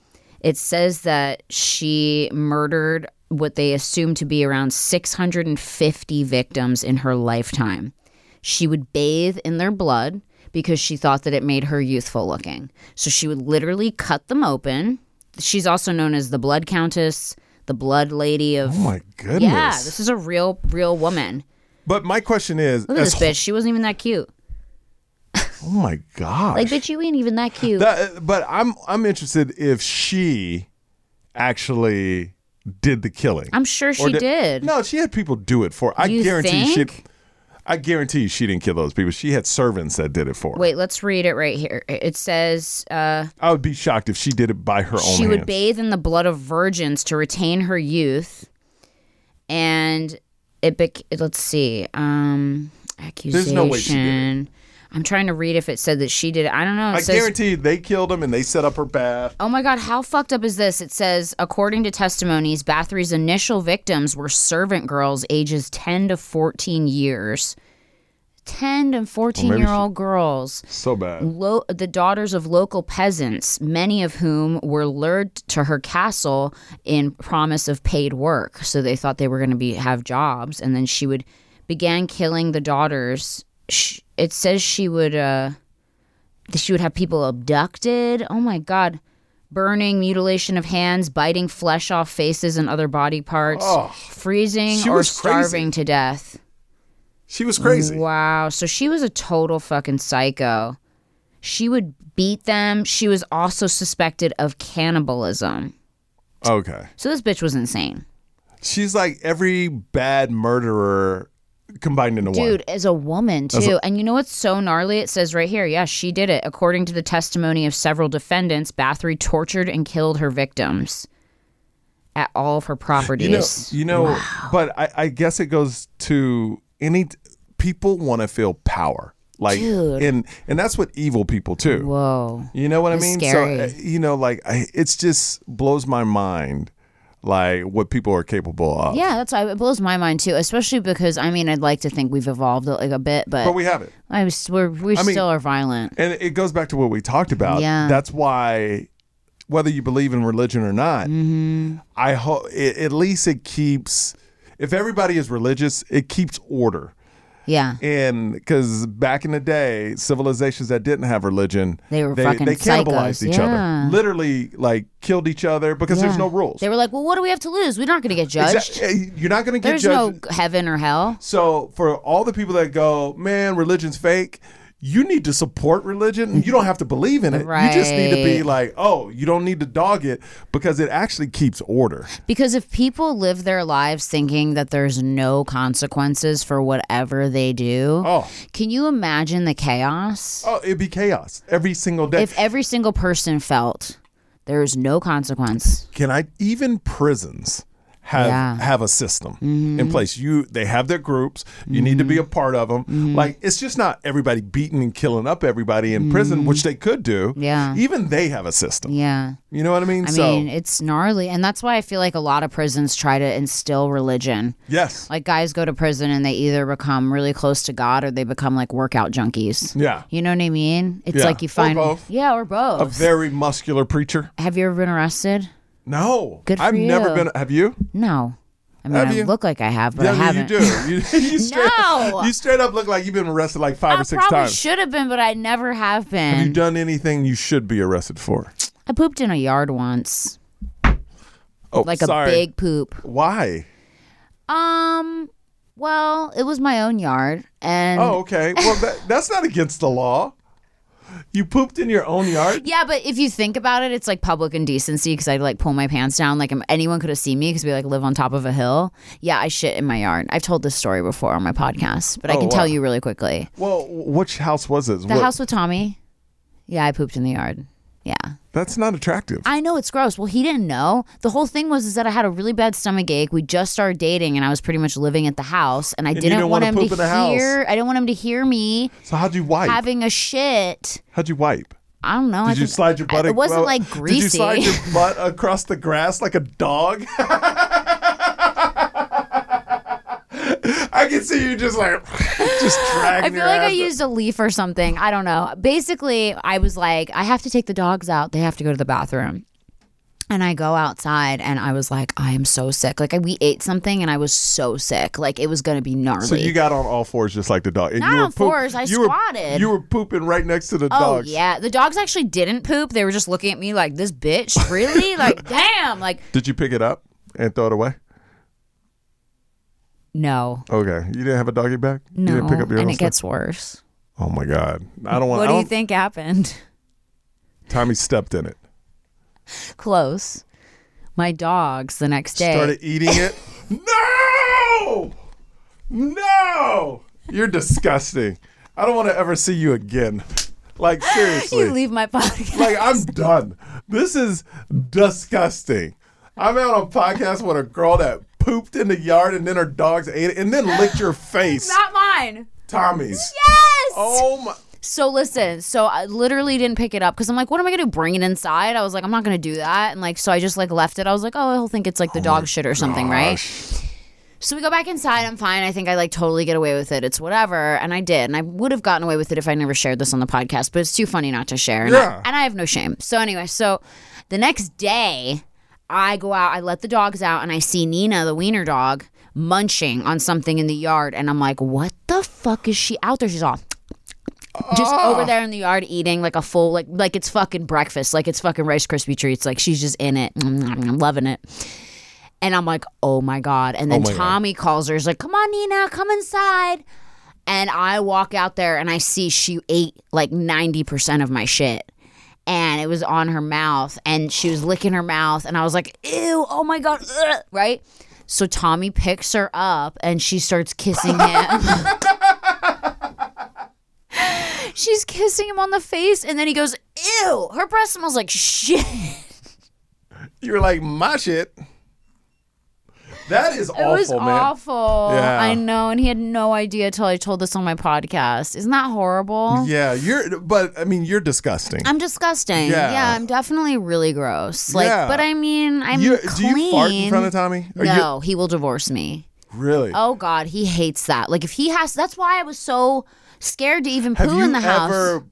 Speaker 3: It says that she murdered what they assumed to be around 650 victims in her lifetime. She would bathe in their blood because she thought that it made her youthful looking. So she would literally cut them open. She's also known as the Blood Countess, the blood lady of.
Speaker 2: Oh my goodness.
Speaker 3: yeah, this is a real, real woman.
Speaker 2: but my question is,
Speaker 3: Look at
Speaker 2: as
Speaker 3: this bitch. She wasn't even that cute.
Speaker 2: wh- oh my god.
Speaker 3: Like, bitch, you ain't even that cute.
Speaker 2: That- but I'm I'm interested if she actually did the killing.
Speaker 3: I'm sure
Speaker 2: Or
Speaker 3: she did.
Speaker 2: No, she had people do it for. her. I
Speaker 3: You
Speaker 2: guarantee she.
Speaker 3: think?
Speaker 2: I guarantee she didn't kill those people. She had servants that did it for. her.
Speaker 3: Wait, let's read it right here. It says uh,
Speaker 2: I would be shocked if she did it by her own
Speaker 3: she would
Speaker 2: hands.
Speaker 3: bathe in the blood of virgins to retain her youth, and it. Bec- let's see. Um, accusation.
Speaker 2: no way she did it.
Speaker 3: I'm trying to read if it said that she did. it. I don't know. It
Speaker 2: I
Speaker 3: says,
Speaker 2: guarantee they killed him and they set up her bath.
Speaker 3: Oh my God, how fucked up is this? It says, according to testimonies, Bathory's initial victims were servant girls ages 10 to 14 years. 10 to 14
Speaker 2: maybe
Speaker 3: year old girls,
Speaker 2: So bad.
Speaker 3: lo- the daughters of local peasants, many of whom were lured to her castle in promise of paid work. So they thought they were going to be have jobs. And then she would began killing the daughters. Sh it says she would. Uh, that she would have people abducted. Oh my God. Burning, mutilation of hands, biting flesh off faces and other body parts, freezing
Speaker 2: Oh. She
Speaker 3: or
Speaker 2: was crazy.
Speaker 3: starving to death.
Speaker 2: She was crazy.
Speaker 3: Wow. So she was a total fucking psycho. She would beat them. She was also suspected of cannibalism.
Speaker 2: Okay.
Speaker 3: So this bitch was insane.
Speaker 2: She's like every bad murderer combined into one.
Speaker 3: Dude, as a woman too. and you know what's so gnarly? It says right here, yeah, she did it. According to the testimony of several defendants, Bathory tortured and killed her victims at all of her properties.
Speaker 2: You know, you know but I, I guess it goes to any people want to feel power. Like
Speaker 3: Dude.
Speaker 2: and and that's what evil people too.
Speaker 3: Whoa.
Speaker 2: You know what I
Speaker 3: That's
Speaker 2: mean?
Speaker 3: scary.
Speaker 2: So uh, you know like I, it's just blows my mind like what people are capable of.
Speaker 3: Yeah, that's why it blows my mind too, especially because I mean I'd like to think we've evolved like a bit, but,
Speaker 2: But we have it.
Speaker 3: I was, we're, we
Speaker 2: mean-
Speaker 3: still are violent.
Speaker 2: And it goes back to what we talked about.
Speaker 3: Yeah.
Speaker 2: That's why, whether you believe in religion or not,
Speaker 3: Mm-hmm.
Speaker 2: I hope at least it keeps. If everybody is religious, it keeps order.
Speaker 3: Yeah.
Speaker 2: And because back in the day, civilizations that didn't have religion,
Speaker 3: They were
Speaker 2: they,
Speaker 3: fucking
Speaker 2: they cannibalized
Speaker 3: psychos.
Speaker 2: each
Speaker 3: Yeah.
Speaker 2: other. Literally, like killed each other because there's
Speaker 3: Yeah.
Speaker 2: no rules.
Speaker 3: They were like, well, what do we have to lose? We're not going to get judged.
Speaker 2: Exact- You're not going to get
Speaker 3: There's
Speaker 2: judged.
Speaker 3: no heaven or hell.
Speaker 2: So for all the people that go, man, religion's fake. You need to support religion. You don't have to believe in it. You just need to be
Speaker 3: Right.
Speaker 2: like, oh, you don't need to dog it because it actually keeps order.
Speaker 3: Because if people live their lives thinking that there's no consequences for whatever they do,
Speaker 2: Oh.
Speaker 3: can you imagine the chaos?
Speaker 2: Oh, it'd be chaos every single day.
Speaker 3: If every single person felt there is no consequence,
Speaker 2: Can I even prisons have
Speaker 3: Yeah. Mm-hmm.
Speaker 2: have a system in place? You they have their groups. You need to be a part of them.
Speaker 3: Mm-hmm.
Speaker 2: Like it's just not everybody beating and killing up everybody in prison, which they could do.
Speaker 3: Mm-hmm. Yeah.
Speaker 2: Even they have a system.
Speaker 3: yeah.
Speaker 2: You know what I mean?
Speaker 3: I
Speaker 2: so
Speaker 3: mean, it's gnarly. And that's why I feel like a lot of prisons try to instill religion.
Speaker 2: yes.
Speaker 3: Like guys go to prison and they either become really close to God or they become like workout junkies.
Speaker 2: yeah.
Speaker 3: You know what I mean? It's
Speaker 2: Yeah.
Speaker 3: like you
Speaker 2: Or
Speaker 3: find
Speaker 2: both.
Speaker 3: Yeah, or
Speaker 2: A
Speaker 3: both.
Speaker 2: very muscular preacher.
Speaker 3: Have you ever been arrested?
Speaker 2: No.
Speaker 3: Good for
Speaker 2: I've never
Speaker 3: you.
Speaker 2: been. Have you?
Speaker 3: No. I mean,
Speaker 2: Have
Speaker 3: I
Speaker 2: you?
Speaker 3: look like I have, but I
Speaker 2: yeah, you
Speaker 3: haven't.
Speaker 2: do. You, you straight,
Speaker 3: No!
Speaker 2: You straight up look like you've been arrested like five
Speaker 3: I
Speaker 2: or six
Speaker 3: probably
Speaker 2: times.
Speaker 3: should have been, but I never have been.
Speaker 2: Have you done anything you should be arrested for?
Speaker 3: I pooped in a yard once,
Speaker 2: Oh,
Speaker 3: like
Speaker 2: sorry.
Speaker 3: a big poop.
Speaker 2: Why?
Speaker 3: Um, well, it was my own yard, and
Speaker 2: Oh, okay. Well, that, that's not against the law. You pooped in your own yard.
Speaker 3: yeah, but if you think about it, it's like public indecency because I'd like pull my pants down, like um, anyone could have seen me because we like live on top of a hill. Yeah, I shit in my yard. I've told this story before on my podcast, but I
Speaker 2: Oh,
Speaker 3: can
Speaker 2: wow.
Speaker 3: tell you really quickly.
Speaker 2: Well, which house was it?
Speaker 3: The
Speaker 2: What-
Speaker 3: house with Tommy. Yeah, I pooped in the yard. Yeah.
Speaker 2: That's not attractive.
Speaker 3: I know it's gross. Well, he didn't know. The whole thing was is that I had a really bad stomach ache. We just started dating, and I was pretty much living at the house, and I
Speaker 2: you
Speaker 3: didn't
Speaker 2: didn't
Speaker 3: want
Speaker 2: wanna
Speaker 3: him
Speaker 2: poop
Speaker 3: to
Speaker 2: in the house.
Speaker 3: hear. I didn't want him to hear me
Speaker 2: So how'd you wipe?
Speaker 3: having a shit.
Speaker 2: how'd you wipe?
Speaker 3: I don't know. I
Speaker 2: Did you
Speaker 3: think-
Speaker 2: slide your butt?
Speaker 3: I- It wasn't
Speaker 2: well,
Speaker 3: like greasy.
Speaker 2: Did you slide your butt across the grass like a dog? I can see you just like just dragging.
Speaker 3: I feel
Speaker 2: your
Speaker 3: like I
Speaker 2: ass.
Speaker 3: used a leaf or something. I don't know. Basically, I was like, I have to take the dogs out. They have to go to the bathroom. And I go outside and I was like, I am so sick. Like, I- we ate something and I was so sick. Like, it was going to be gnarly.
Speaker 2: So you got on all fours just like the dog. And
Speaker 3: Not
Speaker 2: you were
Speaker 3: on fours, I
Speaker 2: you were-
Speaker 3: squatted.
Speaker 2: you were pooping right next to the
Speaker 3: Oh
Speaker 2: dog.
Speaker 3: yeah, the dogs actually didn't poop. They were just looking at me like this bitch. Really? like damn. Like
Speaker 2: Did you pick it up? and throw it away?
Speaker 3: No,
Speaker 2: Okay, you didn't have a doggy bag. you
Speaker 3: no,
Speaker 2: didn't pick up your
Speaker 3: and
Speaker 2: own
Speaker 3: it
Speaker 2: stuff?
Speaker 3: gets worse.
Speaker 2: Oh my god, I don't want.
Speaker 3: what
Speaker 2: I
Speaker 3: do you
Speaker 2: don't-
Speaker 3: think happened?
Speaker 2: Tommy stepped in it,
Speaker 3: Close. My dogs the next day.
Speaker 2: started eating it. Eh. no, no, you're disgusting. I don't want to ever see you again. Like seriously,
Speaker 3: you leave my podcast.
Speaker 2: like I'm done. This is disgusting. I'm out on a podcast with a girl that pooped in the yard and then her dogs ate it and then licked your face,
Speaker 3: Not mine.
Speaker 2: Tommy's.
Speaker 3: Yes.
Speaker 2: Oh my.
Speaker 3: So listen, so I literally didn't pick it up because I'm like, what am I gonna do? Bring it inside? I was like, I'm not gonna do that, and like, so I just like left it. I was like, oh, he'll think it's like the dog shit or something, right? So we go back inside. I'm fine. I think I like totally get away with it. It's whatever, and I did, and I would have gotten away with it if I never shared this on the podcast. But it's too funny not to share, and,
Speaker 2: Yeah.
Speaker 3: I, and I have no shame. So anyway, so the next day, I go out. I let the dogs out, and I see Nina, the wiener dog, munching on something in the yard, and I'm like, what the fuck is she out there? She's all just
Speaker 2: Oh.
Speaker 3: over there in the yard eating like a full like like it's fucking breakfast like it's fucking rice krispie treats like she's just in it i'm loving it and i'm like oh my god and then
Speaker 2: my God.
Speaker 3: tommy calls her he's like come on nina come inside and i walk out there and i see she ate like 90% of my shit and it was on her mouth and she was licking her mouth and i was like ew oh my god ugh," right so tommy picks her up and she starts kissing him She's kissing him on the face, and then he goes, "Ew!" Her breath smells like shit.
Speaker 2: You're like my shit. That is
Speaker 3: it
Speaker 2: awful,
Speaker 3: was
Speaker 2: man.
Speaker 3: awful.
Speaker 2: Yeah.
Speaker 3: I know, and he had no idea till I told this on my podcast. Isn't that horrible?
Speaker 2: Yeah, you're. But I mean, you're disgusting.
Speaker 3: I'm disgusting.
Speaker 2: Yeah.
Speaker 3: Yeah. I'm definitely really gross. Like,
Speaker 2: Yeah.
Speaker 3: but I mean, I'm
Speaker 2: You- do
Speaker 3: clean.
Speaker 2: you fart in front of Tommy? Are you-
Speaker 3: no, he will divorce me.
Speaker 2: really?
Speaker 3: Oh God, he hates that. Like, if he has, that's why I was so scared to even
Speaker 2: Have
Speaker 3: poo
Speaker 2: you
Speaker 3: in the house.
Speaker 2: ever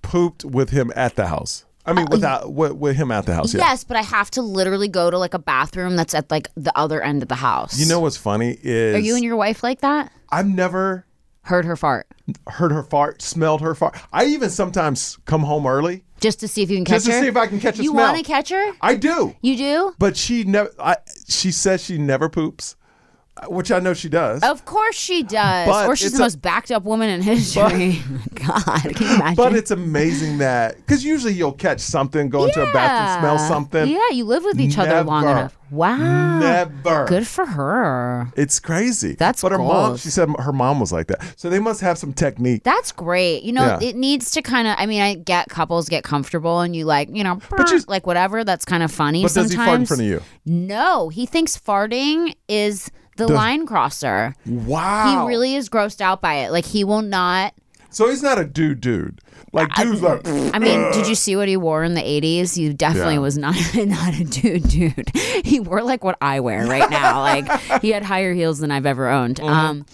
Speaker 2: pooped with him at the house? I mean, without with, with him at the house. Yeah.
Speaker 3: Uh, Yes, but I have to literally go to like a bathroom that's at like the other end of the house.
Speaker 2: You know what's funny is
Speaker 3: Are you and your wife like that?
Speaker 2: I've never
Speaker 3: Heard her fart.
Speaker 2: heard her fart, smelled her fart. I even sometimes come home early
Speaker 3: Just to see if you can catch
Speaker 2: just to
Speaker 3: her?
Speaker 2: see if I can catch a
Speaker 3: you
Speaker 2: smell.
Speaker 3: want to catch her?
Speaker 2: I do,
Speaker 3: You do?
Speaker 2: but she never. I she says she never poops, uh, which I know she does.
Speaker 3: Of course she does.
Speaker 2: But
Speaker 3: or she's
Speaker 2: it's
Speaker 3: the
Speaker 2: a-
Speaker 3: most backed up woman in history. God, can you imagine?
Speaker 2: But it's amazing that because usually you'll catch something, go into a bathroom, smell
Speaker 3: Yeah.
Speaker 2: something.
Speaker 3: Yeah, you live with each other long
Speaker 2: Never.
Speaker 3: enough. Wow.
Speaker 2: Never.
Speaker 3: Good for her.
Speaker 2: It's crazy.
Speaker 3: That's
Speaker 2: but her mom.
Speaker 3: goals.
Speaker 2: She said her mom was like that, so they must have some technique.
Speaker 3: That's great. You know,
Speaker 2: Yeah.
Speaker 3: it needs to kind of. I mean, I get couples get comfortable and you like, you know, brr,
Speaker 2: you-
Speaker 3: like whatever. That's kind of funny.
Speaker 2: But does he fart in
Speaker 3: sometimes.
Speaker 2: front of you?
Speaker 3: No, he thinks farting is the line crosser.
Speaker 2: Wow.
Speaker 3: He really is grossed out by it. Like he will not.
Speaker 2: So he's not a dude, dude. Like dude's like.
Speaker 3: I mean, did you see what he wore in the '80s? He definitely
Speaker 2: Yeah.
Speaker 3: was not not a dude, dude. He wore like what I wear right now. like he had higher heels than I've ever owned.
Speaker 2: Uh-huh.
Speaker 3: Um,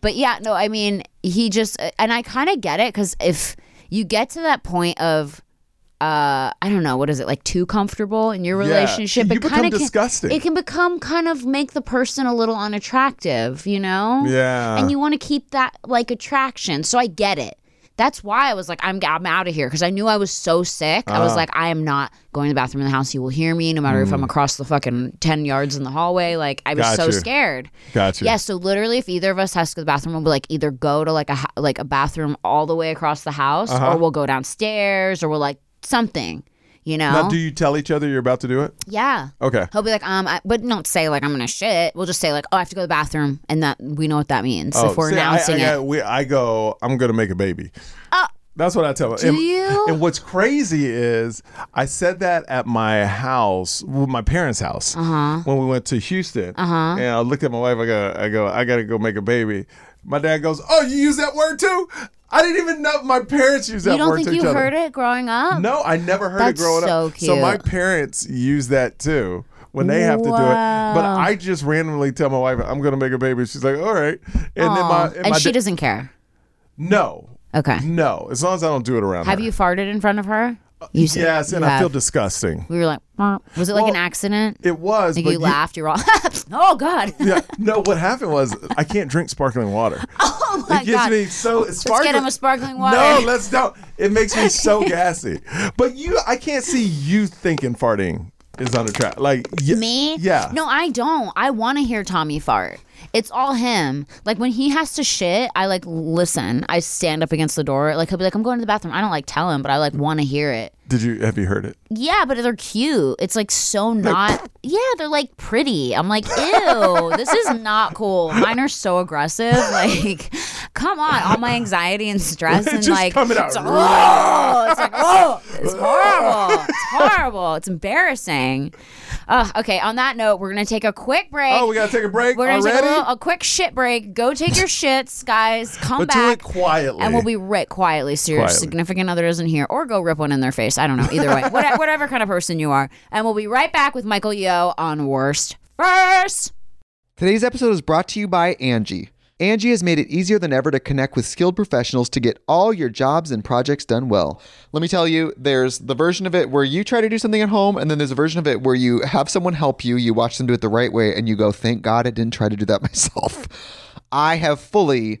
Speaker 3: but yeah, no, I mean, he just and I kind of get it because if you get to that point of. Uh, I don't know what is it like too comfortable in your relationship.
Speaker 2: You
Speaker 3: it
Speaker 2: become
Speaker 3: kinda can-
Speaker 2: disgusting.
Speaker 3: It can become kind of make the person a little unattractive, you know?
Speaker 2: Yeah.
Speaker 3: And you want to keep that like attraction. So I get it. That's why I was like, I'm, I'm out of here because I knew I was so sick. I
Speaker 2: Ah.
Speaker 3: was like, I am not going to the bathroom in the house. You will hear me no matter if
Speaker 2: Mm.
Speaker 3: I'm across the fucking 10 yards in the hallway. Like, I was so
Speaker 2: Gotcha.
Speaker 3: scared.
Speaker 2: Gotcha.
Speaker 3: Yeah. So literally, if either of us has to go to the bathroom, we'll be like either go to like a, ho- like a bathroom all the way across the house
Speaker 2: Uh-huh.
Speaker 3: or we'll go downstairs or we'll like something, you know?
Speaker 2: Now, do you Oh. tell each other you're about to do it?
Speaker 3: yeah.
Speaker 2: Okay.
Speaker 3: He'll be like, um, I, but don't say like I'm gonna shit. We'll just say like, oh, I have to go to the bathroom, and that we know what that means if we're
Speaker 2: Oh, see, I-
Speaker 3: announcing
Speaker 2: I,
Speaker 3: it. Oh.
Speaker 2: got- we- I go. I'm gonna make a baby. That's what I tell them. Do and,
Speaker 3: you?
Speaker 2: And what's crazy is I said that at my house, well, my parents' house,
Speaker 3: Uh-huh.
Speaker 2: when we went to Houston. Uh-huh. And I looked at my wife. I go, I go, I gotta go make a baby. My dad goes, Oh, you use that word too? I didn't even know my parents use that
Speaker 3: You don't
Speaker 2: word
Speaker 3: think
Speaker 2: to
Speaker 3: you
Speaker 2: each other.
Speaker 3: heard it growing up?
Speaker 2: No, I never heard
Speaker 3: That's
Speaker 2: it growing up.
Speaker 3: so
Speaker 2: So my
Speaker 3: cute.
Speaker 2: parents use that too when they have to do it. But
Speaker 3: Wow.
Speaker 2: I just randomly tell my wife I'm gonna make a baby. She's like, all right. And then my
Speaker 3: Aw,
Speaker 2: and,
Speaker 3: and,
Speaker 2: my
Speaker 3: she
Speaker 2: da-
Speaker 3: doesn't care.
Speaker 2: no.
Speaker 3: Okay.
Speaker 2: No, as long as I don't do it around.
Speaker 3: Have
Speaker 2: her.
Speaker 3: you farted in front of her? You said-
Speaker 2: uh, Yes,
Speaker 3: you
Speaker 2: and I feel
Speaker 3: have.
Speaker 2: disgusting.
Speaker 3: we were like, "Burp." was it like an
Speaker 2: Well,
Speaker 3: accident?
Speaker 2: It was,
Speaker 3: Like
Speaker 2: but
Speaker 3: you laughed. You're all, oh god.
Speaker 2: yeah, no. What happened was I can't drink sparkling water.
Speaker 3: Oh my
Speaker 2: it gives
Speaker 3: god.
Speaker 2: me so
Speaker 3: Let's
Speaker 2: sparkling.
Speaker 3: get him a sparkling water.
Speaker 2: No, let's don't. It makes me so gassy. But you, I can't see you thinking farting is unattractive. Like y-
Speaker 3: Me?
Speaker 2: Yeah.
Speaker 3: No, I don't. I want to hear Tommy fart. It's all him. Like when he has to shit, I like listen. I stand up against the door. Like he'll be like, "I'm going to the bathroom." I don't like tell him, but I like want to hear it.
Speaker 2: Did you have you heard it?
Speaker 3: Yeah, but they're cute. It's like so not. Yeah, they're like pretty. I'm like, ew, this is not cool. Mine are so aggressive. Like, come on, all my anxiety and stress and
Speaker 2: Just
Speaker 3: like,
Speaker 2: coming out.
Speaker 3: It's, oh, it's like, oh, it's horrible. It's horrible. It's embarrassing. Ugh, okay, on that note, we're gonna take a quick break.
Speaker 2: Oh, we gotta take a break
Speaker 3: We're gonna
Speaker 2: already.
Speaker 3: take a, little, a quick shit break. Go take your shits, guys. Come
Speaker 2: but do
Speaker 3: back.
Speaker 2: it quietly.
Speaker 3: And we'll be right quietly so your
Speaker 2: Quietly.
Speaker 3: significant other doesn't hear, or go rip one in their face. I don't know. Either way, whatever, whatever kind of person you are. And we'll be right back with Michael Yo on Worst First.
Speaker 4: Today's episode is brought to you by Angie. Angie has made it easier than ever to connect with skilled professionals to get all your jobs and projects done well. Let me tell you, there's the version of it where you try to do something at home, and then there's a version of it where you have someone help you, you watch them do it the right way, and you go, thank God I didn't try to do that myself. I have fully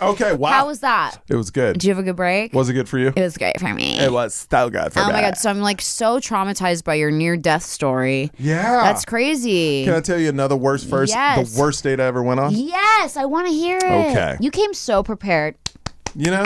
Speaker 2: okay. Wow.
Speaker 3: How was that?
Speaker 2: it was good.
Speaker 3: Did you have a good break?
Speaker 2: was it good for you?
Speaker 3: it was great for me.
Speaker 2: was so good for
Speaker 3: oh my god! So I'm like so traumatized by your near death story.
Speaker 2: Yeah.
Speaker 3: That's crazy.
Speaker 2: Can I tell you another worst first?
Speaker 3: Yes.
Speaker 2: The worst date I ever went on.
Speaker 3: Yes, I want to hear it.
Speaker 2: Okay.
Speaker 3: You came so prepared.
Speaker 2: You know,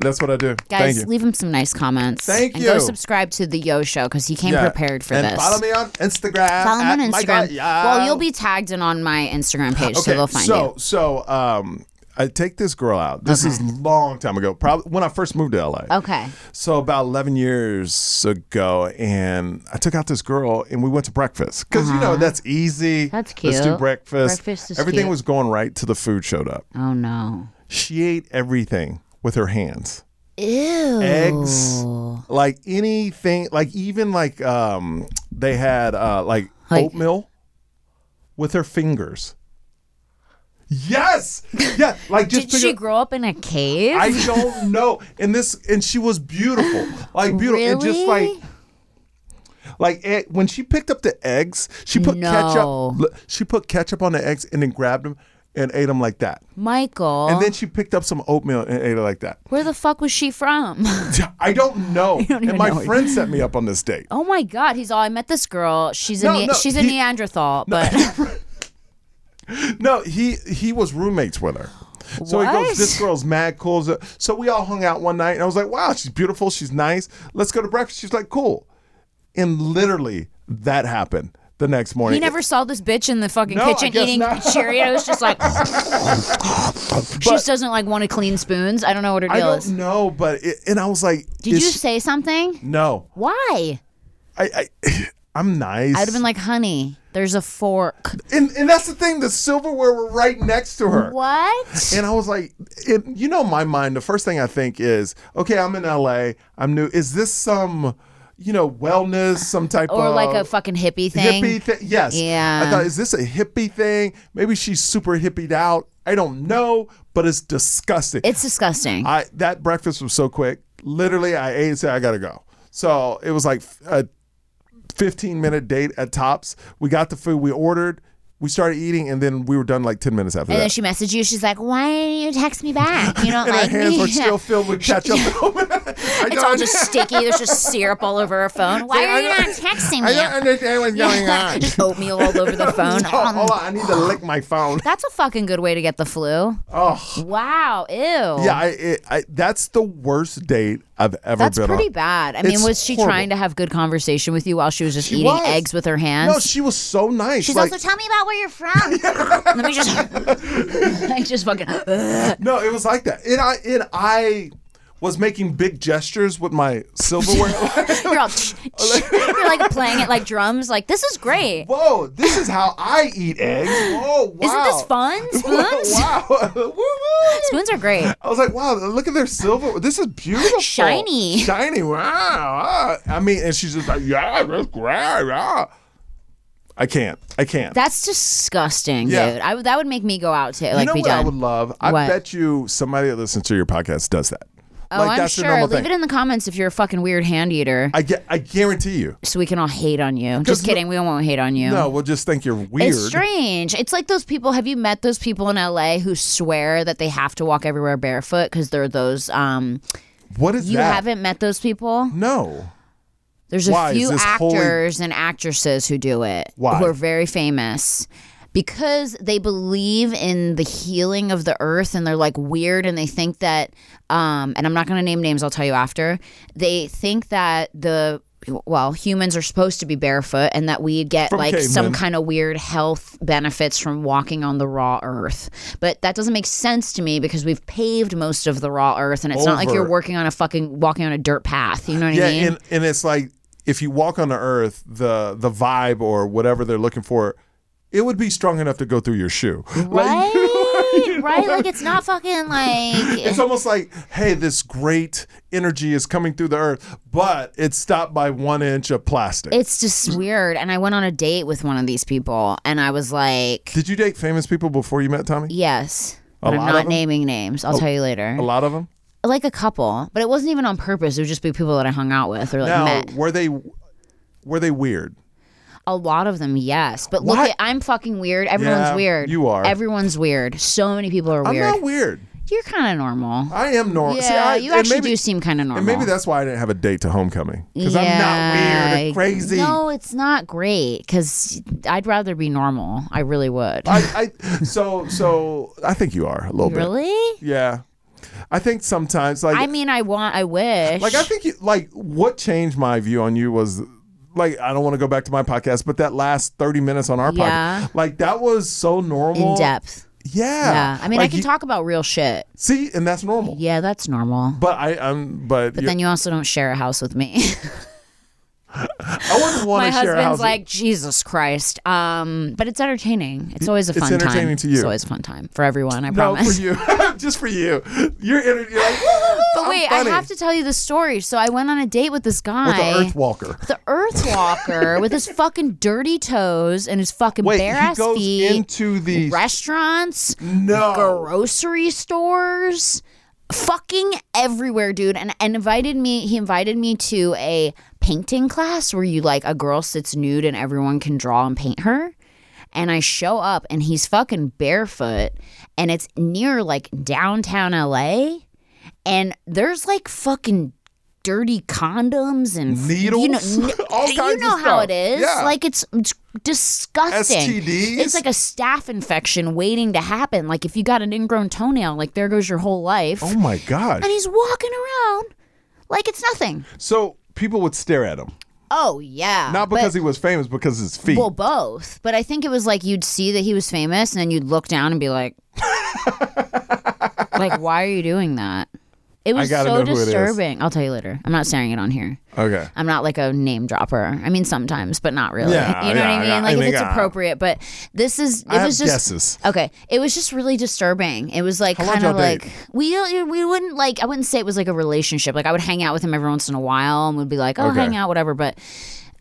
Speaker 2: that's what I do. Thank
Speaker 3: Guys,
Speaker 2: you.
Speaker 3: leave him some nice comments.
Speaker 2: Thank
Speaker 3: and go
Speaker 2: you.
Speaker 3: subscribe to the Yo Show because he came
Speaker 2: Yeah.
Speaker 3: prepared for
Speaker 2: and
Speaker 3: this.
Speaker 2: Follow me on Instagram.
Speaker 3: Follow
Speaker 2: at
Speaker 3: me on
Speaker 2: Michael
Speaker 3: Instagram.
Speaker 2: Yo.
Speaker 3: Well, you'll be tagged in on my Instagram page, so they'll find
Speaker 2: so,
Speaker 3: you.
Speaker 2: So, um, I take this girl out. This is long time ago, probably when I first moved to LA.
Speaker 3: Okay.
Speaker 2: So about eleven years ago, and I took out this girl, and we went to breakfast because you know that's easy.
Speaker 3: Uh-huh. That's
Speaker 2: Let's do
Speaker 3: cute.
Speaker 2: breakfast.
Speaker 3: Breakfast is
Speaker 2: everything
Speaker 3: cute.
Speaker 2: was going right till the food showed up.
Speaker 3: Oh no.
Speaker 2: She ate everything with her hands.
Speaker 3: Ew.
Speaker 2: Eggs, like anything, like even like um, they had uh, like,
Speaker 3: Like-
Speaker 2: oatmeal with her fingers. Yes, yeah, like just
Speaker 3: Did she
Speaker 2: pick up-
Speaker 3: grow up in a cave?
Speaker 2: I don't know. And this, and she was beautiful, like beautiful, and just like,
Speaker 3: Really?
Speaker 2: like eh, when she picked up the eggs, she put ketchup.
Speaker 3: No.
Speaker 2: look, She put ketchup on the eggs and then grabbed them and ate them like that.
Speaker 3: Michael.
Speaker 2: And then she picked up some oatmeal and ate it like that.
Speaker 3: where the fuck was she from?
Speaker 2: I don't know.
Speaker 3: even
Speaker 2: and my
Speaker 3: know.
Speaker 2: friend set me up on this date.
Speaker 3: oh my god, he's all I met this girl. She's a
Speaker 2: No,
Speaker 3: ne-
Speaker 2: no,
Speaker 3: she's a
Speaker 2: he-
Speaker 3: Neanderthal, but
Speaker 2: No, he he was roommates with her. So he
Speaker 3: What?
Speaker 2: goes, this girl's mad cool. So we all hung out one night, and I was like, wow, she's beautiful, she's nice. Let's go to breakfast. She's like, cool. And literally, that happened the next morning.
Speaker 3: you never saw this bitch in the fucking
Speaker 2: No, I
Speaker 3: kitchen
Speaker 2: guess
Speaker 3: eating
Speaker 2: not.
Speaker 3: Cheerios just like She just doesn't like want to clean spoons. I don't know what her
Speaker 2: I
Speaker 3: deal
Speaker 2: don't
Speaker 3: is.
Speaker 2: know, but it, and I was like,
Speaker 3: Did
Speaker 2: is
Speaker 3: you
Speaker 2: she-
Speaker 3: say something?
Speaker 2: no?
Speaker 3: Why?
Speaker 2: I, I I'm nice.
Speaker 3: I'd have been like, honey, there's a fork.
Speaker 2: and, and that's the thing. The silverware were right next to her.
Speaker 3: What?
Speaker 2: And I was like, it, you know, my mind, the first thing I think is, okay, I'm in LA. I'm new. Is this some, you know, wellness, some type
Speaker 3: Or
Speaker 2: of.
Speaker 3: like a fucking hippie thing.
Speaker 2: Hippie thing. Yes.
Speaker 3: Yeah.
Speaker 2: I thought, is this a hippie thing? Maybe she's super hippied out. I don't know, but it's disgusting.
Speaker 3: It's disgusting.
Speaker 2: I That breakfast was so quick. Literally, I ate and said, I got to go. So it was like a 15 minute date at Tops. We got the food we ordered. We started eating, and then we were done like ten minutes after
Speaker 1: And then
Speaker 2: that.
Speaker 1: she messaged you. She's like, "Why didn't you text me back? You don't
Speaker 2: and
Speaker 1: like
Speaker 2: her hands
Speaker 1: me."
Speaker 2: were still filled with ketchup. I
Speaker 3: It's all just sticky. There's just syrup all over her phone. Why
Speaker 1: Why
Speaker 3: are
Speaker 1: are you
Speaker 3: you
Speaker 1: not texting
Speaker 2: I don't
Speaker 1: me?
Speaker 2: understand what's going on.
Speaker 3: just oatmeal all over the phone? Um,
Speaker 2: Oh, hold on, I need to lick my phone.
Speaker 3: That's a fucking good way to get the flu.
Speaker 2: Oh,
Speaker 3: Wow. Ew.
Speaker 2: yeah. I, it, I, that's the worst date I've ever
Speaker 3: That's
Speaker 2: been on.
Speaker 3: pretty bad. I mean,
Speaker 2: It's
Speaker 3: was she
Speaker 2: horrible.
Speaker 3: trying to have good conversation with you while she was just
Speaker 2: She
Speaker 3: eating
Speaker 2: was.
Speaker 3: eggs with her hands?
Speaker 2: No, she was so nice.
Speaker 1: She's
Speaker 2: like,
Speaker 1: also tell me about where you're from.
Speaker 3: Let me just, I just fucking.
Speaker 2: No, it was like that. And I and I was making big gestures with my silverware. Like,
Speaker 3: You're all. you're like playing it like drums. Like this is great.
Speaker 2: Whoa, this is how I eat eggs. Oh, wow.
Speaker 3: Isn't this fun? Spoons.
Speaker 2: wow. Woo, woo.
Speaker 3: Spoons are great.
Speaker 2: I was like, wow, look at their silver. This is beautiful.
Speaker 3: Shiny.
Speaker 2: Shiny. Wow. Ah. I mean, and she's just like, yeah, that's great. Yeah. I can't. I can't.
Speaker 3: That's disgusting,
Speaker 2: Yeah.
Speaker 3: dude. I would that would make me go out to like
Speaker 2: you know
Speaker 3: be
Speaker 2: what
Speaker 3: done.
Speaker 2: I would love? I
Speaker 3: What?
Speaker 2: bet you somebody that listens to your podcast does that.
Speaker 3: oh,
Speaker 2: like
Speaker 3: I'm
Speaker 2: that's
Speaker 3: sure.
Speaker 2: the normal
Speaker 3: Leave
Speaker 2: thing.
Speaker 3: it in the comments if you're a fucking weird hand eater,
Speaker 2: I get. I guarantee you.
Speaker 3: so we can all hate on you. Just
Speaker 2: 'Cause no-
Speaker 3: kidding. we won't hate on you.
Speaker 2: No, we'll just think you're weird.
Speaker 3: It's strange. It's like those people. Have you met those people in LA who swear that they have to walk everywhere barefoot because they're those? Um,
Speaker 2: What is
Speaker 3: you
Speaker 2: that?
Speaker 3: haven't met those people.
Speaker 2: No.
Speaker 3: There's a
Speaker 2: Why? Is
Speaker 3: few
Speaker 2: this holy-
Speaker 3: actors and actresses who do it.
Speaker 2: Why?
Speaker 3: Who are very famous. Because they believe in the healing of the earth and they're like weird and they think that um and I'm not gonna name names, I'll tell you after. They think that the well, humans are supposed to be barefoot and that we get
Speaker 2: From
Speaker 3: like some
Speaker 2: cavemen.
Speaker 3: kind of weird health benefits from walking on the raw earth. But that doesn't make sense to me because we've paved most of the raw earth and it's not like
Speaker 2: Over.
Speaker 3: you're working on a fucking walking on a dirt path. You know what
Speaker 2: Yeah,
Speaker 3: I mean?
Speaker 2: and, and it's like if you walk on the earth, the the vibe or whatever they're looking for, it would be strong enough to go through your shoe. Like,
Speaker 1: right? Right? Like it's not fucking like.
Speaker 2: it's almost like, hey, this great energy is coming through the earth, but it's stopped by one inch of plastic.
Speaker 3: It's just weird. And I went on a date with one of these people and I was like,
Speaker 2: Did you date famous people before you met Tommy?
Speaker 3: yes.
Speaker 2: A
Speaker 3: But I'm
Speaker 2: lot of
Speaker 3: not
Speaker 2: them?
Speaker 3: naming names. I'll tell you later.
Speaker 2: A lot of them.
Speaker 3: Like a couple, but it wasn't even on purpose. It would just be people that I hung out with or like
Speaker 2: Now,
Speaker 3: met.
Speaker 2: were they were they weird?
Speaker 3: A lot of them, yes. But look,
Speaker 2: What?
Speaker 3: at, I'm fucking weird. Everyone's
Speaker 2: Yeah,
Speaker 3: weird.
Speaker 2: you are.
Speaker 3: Everyone's weird. So many people are weird.
Speaker 2: I'm not weird.
Speaker 3: You're kind of normal.
Speaker 2: I am normal.
Speaker 3: yeah,
Speaker 2: See, I,
Speaker 3: you
Speaker 2: and
Speaker 3: actually
Speaker 2: maybe-
Speaker 3: do seem kind of normal.
Speaker 2: And maybe that's why I didn't have a date to homecoming because I'm
Speaker 3: Yeah.
Speaker 2: not weird and crazy.
Speaker 3: No, it's not great because I'd rather be normal. I really would.
Speaker 2: I, I so so I think you are a little
Speaker 3: really?
Speaker 2: bit. Yeah, I think sometimes like
Speaker 3: I mean, I want, I wish.
Speaker 2: like I think you, like what changed my view on you was like I don't want to go back to my podcast, but that last thirty minutes on our
Speaker 3: Yeah.
Speaker 2: podcast, like that was so normal
Speaker 3: in depth.
Speaker 2: Yeah,
Speaker 3: Yeah. I mean, I
Speaker 2: Like,
Speaker 3: can
Speaker 2: you-
Speaker 3: talk about real shit.
Speaker 2: See, and that's normal.
Speaker 3: Yeah, that's normal.
Speaker 2: But I I'm but,
Speaker 3: But
Speaker 2: you-
Speaker 3: then you also don't share a house with me.
Speaker 2: I wouldn't want
Speaker 3: My
Speaker 2: to share a house.
Speaker 3: husband's like, Jesus Christ. Um, but it's entertaining. It's always a
Speaker 2: It's
Speaker 3: fun time.
Speaker 2: entertaining to you.
Speaker 3: It's always a fun time for everyone, I
Speaker 2: no,
Speaker 3: promise.
Speaker 2: for you, just for you. You're, inter- you're like, "Woo-hoo-hoo,
Speaker 3: but
Speaker 2: I'm
Speaker 3: wait, I
Speaker 2: funny."
Speaker 3: have to tell you the story. So I went on a date with this guy.
Speaker 2: with the Earth Walker.
Speaker 3: the Earthwalker with his fucking dirty toes and his fucking
Speaker 2: Wait,
Speaker 3: bare
Speaker 2: he
Speaker 3: ass
Speaker 2: goes
Speaker 3: feet.
Speaker 2: into the
Speaker 3: restaurants,
Speaker 2: no.
Speaker 3: grocery stores, fucking everywhere, dude. And, and invited me. He invited me to a painting class where you like a girl sits nude and everyone can draw and paint her. And I show up and he's fucking barefoot, and it's near like downtown LA, and there's like fucking dirty condoms and You know,
Speaker 2: Needles? All
Speaker 3: you
Speaker 2: kinds of
Speaker 3: know how
Speaker 2: stuff.
Speaker 3: it is.
Speaker 2: Yeah.
Speaker 3: Like it's, it's disgusting.
Speaker 2: STDs?
Speaker 3: It's like a staph infection waiting to happen. Like if you got an ingrown toenail, like there goes your whole life.
Speaker 2: Oh my gosh.
Speaker 3: And he's walking around like it's nothing.
Speaker 2: So people would stare at him.
Speaker 3: Oh yeah.
Speaker 2: Not because he was famous, because his feet.
Speaker 3: Well, both. But I think it was like you'd see that he was famous and then you'd look down and be like Like, why are you doing that? It was
Speaker 2: gotta
Speaker 3: so
Speaker 2: know who it is.
Speaker 3: disturbing. I'll tell you later. I'm not saying it on here.
Speaker 2: okay.
Speaker 3: I'm not like a name dropper. I mean, sometimes, but not really.
Speaker 2: Yeah,
Speaker 3: you know what I
Speaker 2: yeah,
Speaker 3: mean?
Speaker 2: yeah.
Speaker 3: Like
Speaker 2: I
Speaker 3: if
Speaker 2: mean,
Speaker 3: it's
Speaker 2: yeah.
Speaker 3: appropriate, but this is it
Speaker 2: I
Speaker 3: was
Speaker 2: have
Speaker 3: just
Speaker 2: guesses.
Speaker 3: okay. It was just really disturbing. It was like
Speaker 2: long
Speaker 3: kind of
Speaker 2: y'all date?
Speaker 3: like we don't- we wouldn't like I wouldn't say it was like a relationship. Like I would hang out with him every once in a while and would be like, oh,
Speaker 2: Okay.
Speaker 3: hang out, whatever. But